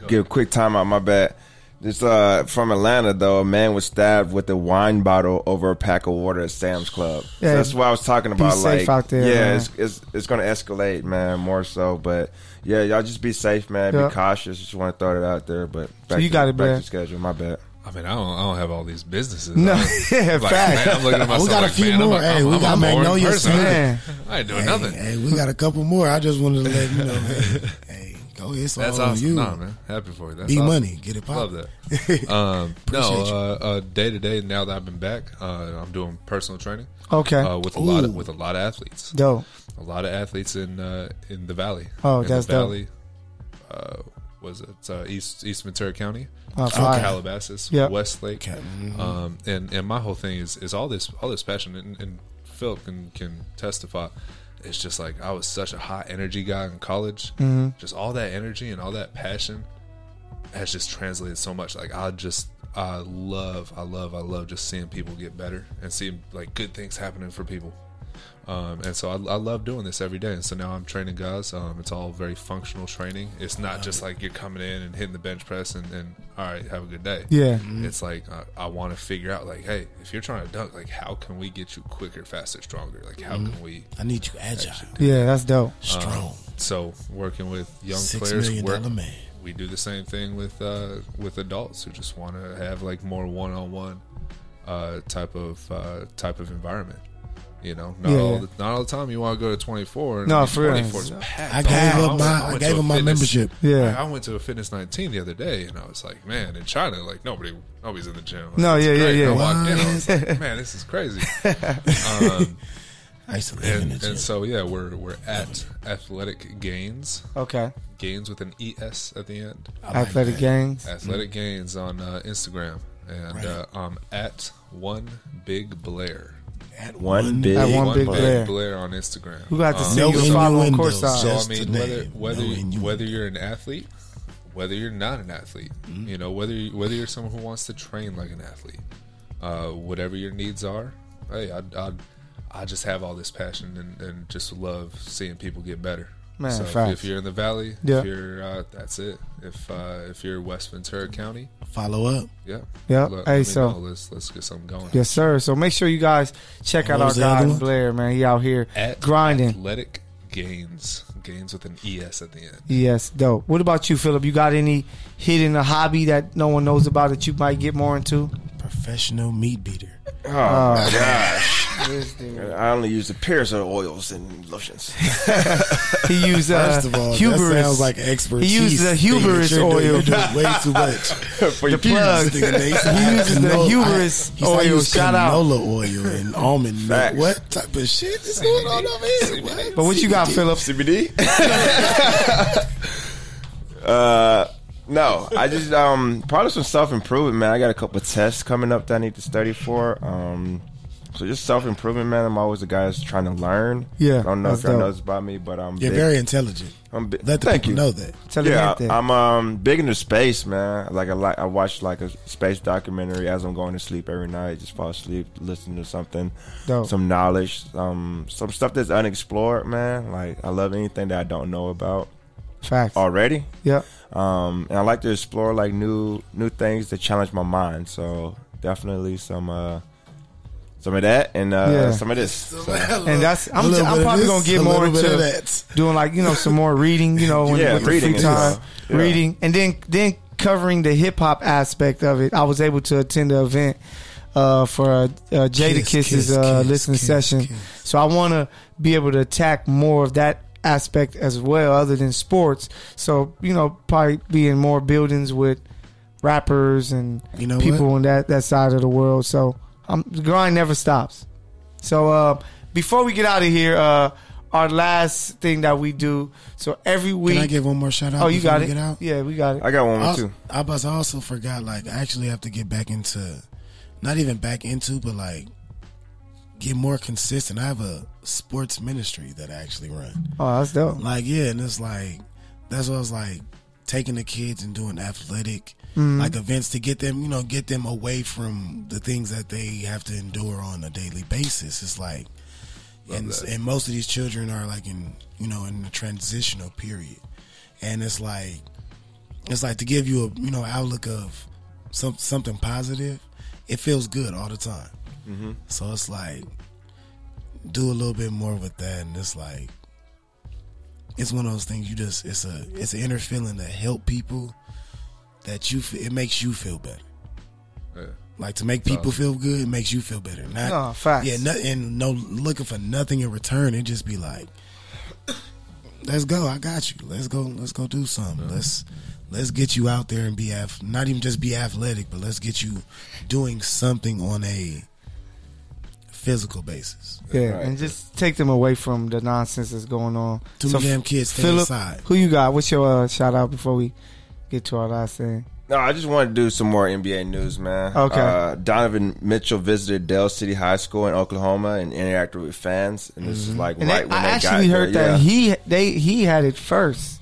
to give a quick time out. My bad. This uh, from Atlanta though. A man was stabbed with a wine bottle over a pack of water at Sam's Club. So Yeah, that's what I was talking about. like, safe out there, yeah, man. it's it's it's gonna escalate, man, more so. But yeah, y'all just be safe, man. Yeah. Be cautious. Just want to throw it out there. But back you to, got it, back Blair. to schedule. My bad. I mean, I don't, I don't have all these businesses. No, I'm yeah, like, fact. man, I'm looking at myself got a like, few man, more. I'm, a- Hey, I'm, we I'm got a boring Magnolia person. Sand. I ain't doing Hey, nothing. hey, we got a couple more. I just wanted to let you know. hey, hey, go ahead. That's all on awesome. oh, you. Nah, man. Happy for you. That's Be awesome. money. Get it Love poppin'. that. Um, no, Appreciate you. uh, uh, day to day. Now that I've been back, uh, I'm doing personal training Okay, uh, with a lot of, Ooh. with a lot of athletes. dope. A lot of athletes in uh, in the valley. Oh, in that's the dope. valley. Uh, was it uh, East East Ventura County? Uh, Oh, fire. Calabasas, Yep. Westlake. Okay. Um, and and my whole thing is is all this all this passion and, and Philip can can testify. It's just like I was such a high energy guy in college. Mm-hmm. Just all that energy and all that passion has just translated so much. Like I just I love I love I love just seeing people get better and seeing like good things happening for people. Um, and so I, I love doing this every day. And so now I'm training guys. Um, it's all very functional training. It's not just like you're coming in and hitting the bench press and, and all right, have a good day. Yeah. It's like uh, I, I want to figure out like, hey, if you're trying to dunk, like how can we get you quicker, faster, stronger? Like how can we? I need you agile, Yeah, that's dope. uh, strong, So working with young six players, million work- dollar man. we do the same thing with uh, with adults who just want to have like more one on one type of uh, type of environment. You know, not Yeah, all yeah. the, not all the time you want to go to twenty four. No, for real. I gave up my I gave up my membership. Yeah. I went to a fitness nineteen the other day, and I was like, man, in China, like nobody nobody's in the gym. Like, No, it's yeah, yeah, great. yeah. I walked in, I What? was like, man, this is crazy. I used to live in and, the gym. and so yeah, we're we're at athletic gains Okay, gains with an es at the end. Oh. I like athletic that. games. Athletic Gains on uh, Instagram, and uh, I'm at one big Blair. At One big- That one One big Blair. on Instagram. We got to Um, see No you follow on course innuendos, side. just- so I mean, the name, whether whether no innuendo. whether you're an athlete, whether you're not an athlete, Mm-hmm. you know whether you, whether you're someone who wants to train like an athlete, uh, whatever your needs are. Hey, I, I I just have all this passion and, and just love seeing people get better. Man, so if- facts. if you're in the valley, Yeah. if you're uh, that's it. If uh, if you're West Ventura County, Follow up. yeah. Yeah. Let- Hey, let me so- know. let's let's get something going. Yes, sir. So make sure you guys check out What our was the other guy one? Blair, man. He out here At grinding. Athletic gains, gains with an es at the end. Yes, dope. What about you, Philip? You got any hidden hobby that no one knows about that you might get more into? Professional meat beater. Oh my gosh! This dude. I only use the purest of oils and lotions. He used uh, First of all, Huberus. that sounds like expertise. uses the thing that Huberus you're doing. oil. You're doing way too much. For your The plug. This nigga, they used to He have uses the canola- I- Huberus he said I oil. use Shout out. canola oil and almond milk. Facts. What type of shit is going on over here? What? But what you got, Philip? CBD? uh, no, I just um probably some self improvement, man. I got a couple tests coming up that I need to study for. Um, so just self improvement, man. I'm always a guy that's trying to learn. Yeah, I don't know that's if y'all dope. know this about me, but I'm You're big- very intelligent. I'm big, Let the thank people you. know that. Tell him Yeah, that thing. I'm um big into space, man. Like I like I watch like a space documentary as I'm going to sleep every night. Just fall asleep, listen to something, Dope. some knowledge, um some stuff that's unexplored, man. Like I love anything that I don't know about Facts. already. Yep. Um and I like to explore like new new things that challenge my mind. So definitely some uh some of that and uh Yeah. some of this. So- And that's I'm, A little I'm bit of probably this, gonna a get little more bit of into that. doing like you know some more reading, you know, when, Yeah, with the reading free is, time, uh, yeah. reading, and then then covering the hip hop aspect of it. I was able to attend the event uh, for uh, uh, Jada Kiss, Kiss's kiss, uh, kiss, listening kiss, session, kiss. so I want to be able to attack more of that aspect as well, other than sports. So you know, probably be in more buildings with rappers and You know people what? on that that side of the world. So um, the grind never stops. So uh, before we get out of here, uh, our last thing that we do. So every week, Can I give one more shout out? oh, you before got we it. Get out? Yeah, we got it. I got one I, too. I was I also forgot like I actually have to get back into not even back into but like get more consistent. I have a sports ministry that I actually run. Oh, that's dope. Like yeah, and it's like that's what I was like taking the kids and doing athletic like events to get them, you know, get them away from the things that they have to endure on a daily basis. It's like, and that. and most of these children are like in you know in the transitional period, and it's like it's like to give you a you know outlook of some something positive. It feels good all the time. So it's like do a little bit more with that, and it's like it's one of those things you just it's a it's an inner feeling that help people that you feel, it makes you feel better. Yeah. Like to make people feel good, it makes you feel better. Not, No, facts. Yeah, no, and no looking for nothing in return. It just be like, let's go. I got you. Let's go. Let's go do something. Let's let's get you out there and be ath- not even just be athletic, but let's get you doing something on a physical basis. Yeah, Right. and just take them away from the nonsense that's going on. Too many damn kids stay Phillip, inside. Who you got? What's your uh, shout out before we get to our last thing? No, I just wanted to do some more NBA news, man. Okay. Uh, Donovan Mitchell visited Dell City High School in Oklahoma and interacted with fans, and this is like Mm-hmm. And right they- when I they actually got heard there, that yeah. he they he had it first.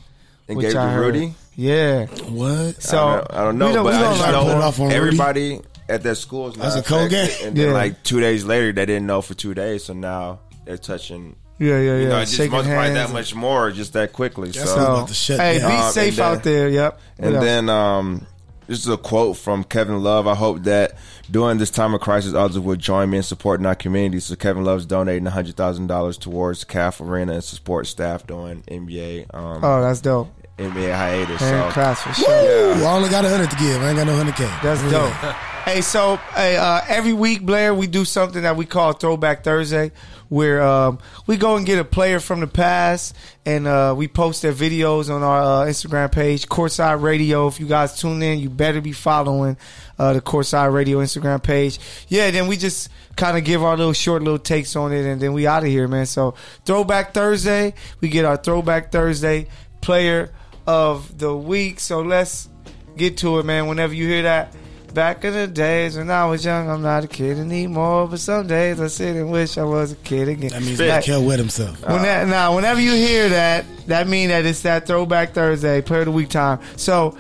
and which gave it I to heard. Rudy. Yeah. What? So I don't, I don't know, we don't, but we I don't just like know put it off. off on Rudy. everybody at that school is That's not a cold affected. game. And then Yeah. like two days later, they didn't know for two days, so now they're touching. Yeah, yeah, yeah. You know, it just Shaking multiplied hands. that much more just that quickly. That's so I'm So, about to shut hey, down. uh, be Um, safe and out there. Yep. What And else? then um, this is a quote from Kevin Love. I hope that during this time of crisis, others will join me in supporting our community. So Kevin Love's donating hundred thousand dollars towards CAF Arena and support staff during NBA um, oh, that's dope. NBA hiatus. Hand So claps for sure. Ooh, I only got a hundred to give. I ain't got no hundred k. That's dope. hey, so hey, uh, every week, Blair, we do something that we call Throwback Thursday, where um, we go and get a player from the past, and uh, we post their videos on our uh, Instagram page, Courtside Radio. If you guys tune in, you better be following uh, the Courtside Radio Instagram page. Yeah, then we just kind of give our little short little takes on it, and then we out of here, man. So Throwback Thursday, we get our Throwback Thursday player of the week. So let's get to it, man. Whenever you hear that, back in the days when I was young, I'm not a kid anymore. But some days I sit and wish I was a kid again. That means Like, Mikel wet himself. when that, nah, whenever you hear that, that mean that it's that Throwback Thursday, Player of the Week time. So,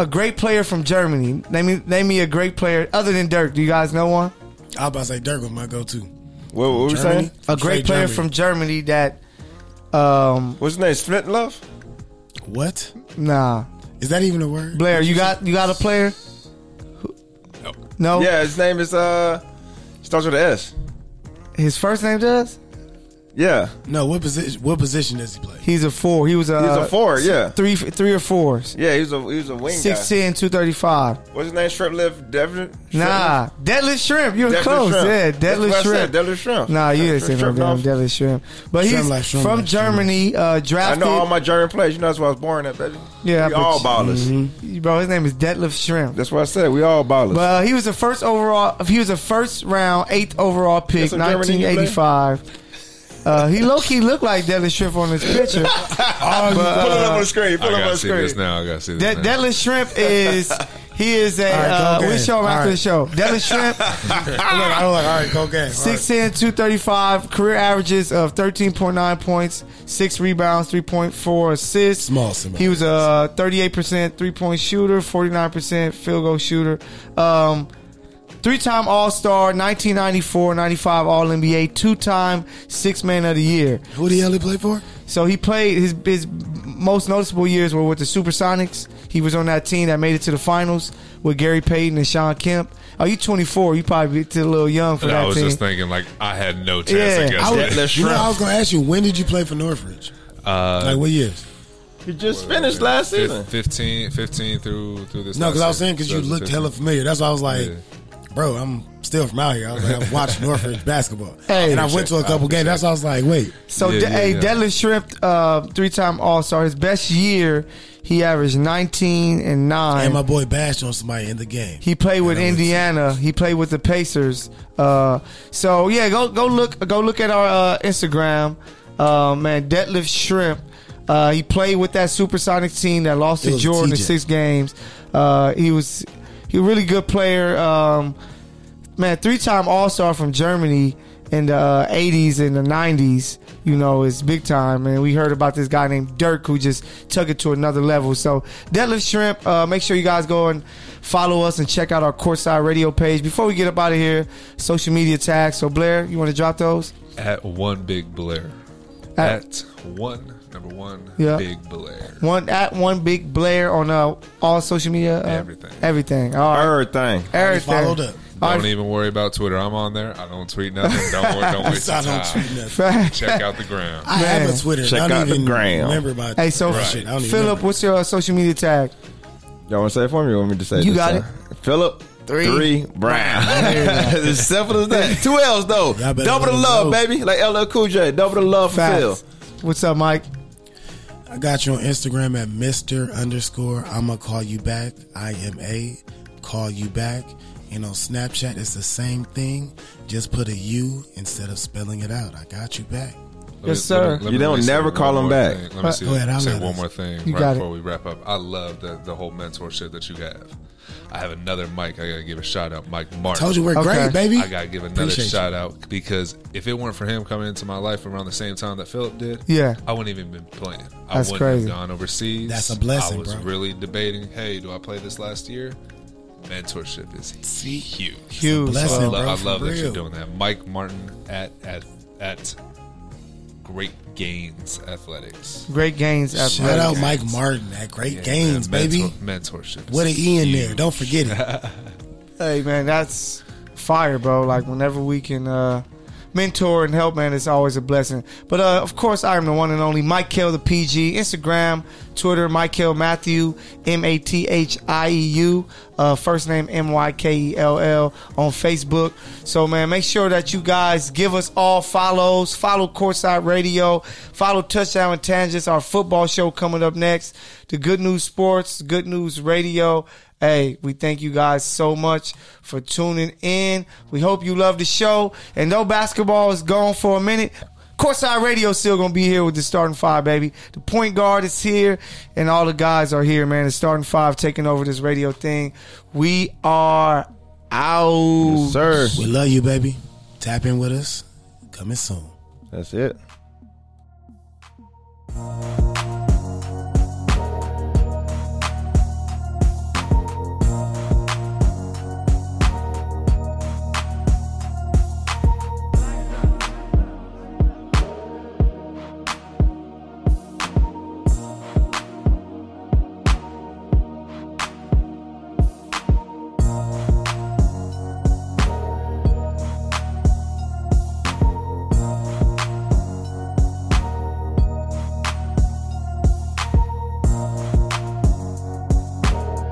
a great player from Germany. Name me, name me a great player other than Dirk. Do you guys know one? I was about to say Dirk was my go-to. what, what were we Germany? saying? A great Straight player Germany. from Germany that, um, What's his name? Smith Love. What? nah. Is that even a word? Blair, you got you got a player? No. Yeah, his name is uh starts with an S. His first name does. Yeah, No, what position? What position does he play? He's a four. He was a he's a four. Yeah, three three or fours. yeah, he's a he's a wing guy. 6'10", 235. What's his name? Shrimp Lift Devin. Nah, deadlift shrimp. You were close. Yeah, deadlift shrimp. Deadlift shrimp. Nah, you didn't Deadlift say no shrimp, damn deadlift shrimp. But Shrimp he's like shrimp from like shrimp. Germany, uh, I drafted. know all my German players. You know that's why I was born at, baby. Yeah, we but- all ballers. Bro, his name is Deadlift Shrimp. That's what I said. We all ballers. But uh, he was the first overall. He was the first round, eighth overall pick, That's a Germany you play? 1985. Uh, he low key looked like Deadlift Shrimp on his picture. pull it up on the screen. I Pull it up on gotta the see this screen. now. I gotta see this. That now. Deadlift Shrimp is he is a. right, go uh, get we it. show him All after right. the show. Deadlift Shrimp. I look, I was like, all right, go game. All right. 6'10, 235, career averages of 13.9 points, 6 rebounds, 3.4 assists. Small samaritan. He was a 38% three point shooter, 49% field goal shooter. Um, three time All Star, 1994 95 All NBA, two time Six Man of the Year. Who the hell he play for? So he played his his most noticeable years were with the Supersonics. He was on that team that made it to the finals with Gary Payton and Sean Kemp. Oh, you 24. You probably be a little young for And that I was team. just thinking, like, I had no chance Yeah, against I that. was, Let's you know, shrimp. I was gonna ask you when did you play for Northridge? Uh, Like what years? He just finished last fif- season. 15, 15 through through this. No, because last I was year, saying because you looked 2015. hella familiar. That's why I was like, Yeah. bro, I'm still from out here. I was like, I've watched Northridge basketball, Hey. and I went to a couple games. That's why I was like, wait, So Yeah, de- yeah, hey, yeah. Deadlift Shrimp, uh, three-time All-Star. His best year, he averaged 19 and nine. and my boy bashed on somebody in the game. he played with And I was- Indiana. He played with the Pacers. Uh, so yeah, go go look go look at our uh, Instagram, uh, man. Deadlift Shrimp. Uh, he played with that Supersonic team that lost It to was Jordan in TJ. six games. Uh, he was he a really good player. Um, man, three time All Star from Germany. in the uh, 80s and the 90s, you know, is big time. And we heard about this guy named Dirk who just took it to another level. So, Deadlift Shrimp, uh, make sure you guys go and follow us and check out our Courtside Radio page. Before we get up out of here, social media tags. So, Blair, you want to drop those? At one big Blair. At- At, one number one Yeah. big Blair. One at one big Blair on uh, all social media. Uh, Everything. Everything. All right. Everything. Everything. Followed up. All right. Don't even worry about Twitter. I'm on there. I don't tweet nothing. Don't worry. Don't waste I your don't time. tweet nothing. Fact. Check out the ground. I have Man. a Twitter. Check I out don't the even gram. remember my Hey, so that shit. I don't even Philip, remember. what's your uh, social media tag? Y'all want to say it for me? Or you want me to say it You this got time? Philip. Three. Three, Brown. it's as simple as that. Two L's though. Y'all better Double the let 'em love, know. baby. Like LL Cool J. Double the love for Phil. Facts. What's up, Mike? I got you on Instagram at Mr. underscore I'ma call you back. I am a call you back. And on Snapchat it's the same thing. Just put a U instead of spelling it out. I got you back. Let Yes, me- sir. let me- let me- You let don't me say never one call 'em more back. thing. Let me see, Go ahead, I'll say let one us. more thing You right got it. before we wrap up. I love the, the whole mentorship that you have. I have another Mike. I gotta give a shout out, Mike Martin. Told you we're Okay. great, baby. I gotta give another Appreciate you. shout out because if it weren't for him coming into my life around the same time that Philip did, Yeah. I wouldn't even been playing. I That's wouldn't crazy. have gone overseas. That's a blessing, I was bro. really debating, hey, do I play this last year? Mentorship is huge. Hughes. I Uh, blessing. love, bro, I for love that real. you're doing that. Mike Martin at at at Great Gains Athletics. great gains. Shout athletic. out Mike Martin at Great Games, man, baby. mentor- mentorship. What an is E in there. huge. Don't forget it. Hey, man, that's fire, bro. Like, whenever we can uh, mentor and help, man, it's always a blessing. But, uh, of course, I am the one and only Mike Kell, the PG. Instagram, Twitter, Mike Kell Matthew, M A T H I E U. Uh, first name M Y K E L L on Facebook. So, man, make sure that you guys give us all follows. Follow Courtside Radio. Follow Touchdown and Tangents, our football show coming up next. The Good News Sports, Good News Radio. Hey, we thank you guys so much for tuning in. We hope you love the show. And though basketball is gone for a minute, Courtside Radio still gonna be here with the starting five, baby. The point guard is here, and all the guys are here, man. The starting five taking over this radio thing. We are out. Sir. We love you, baby. Tap in with us. Coming soon. That's it.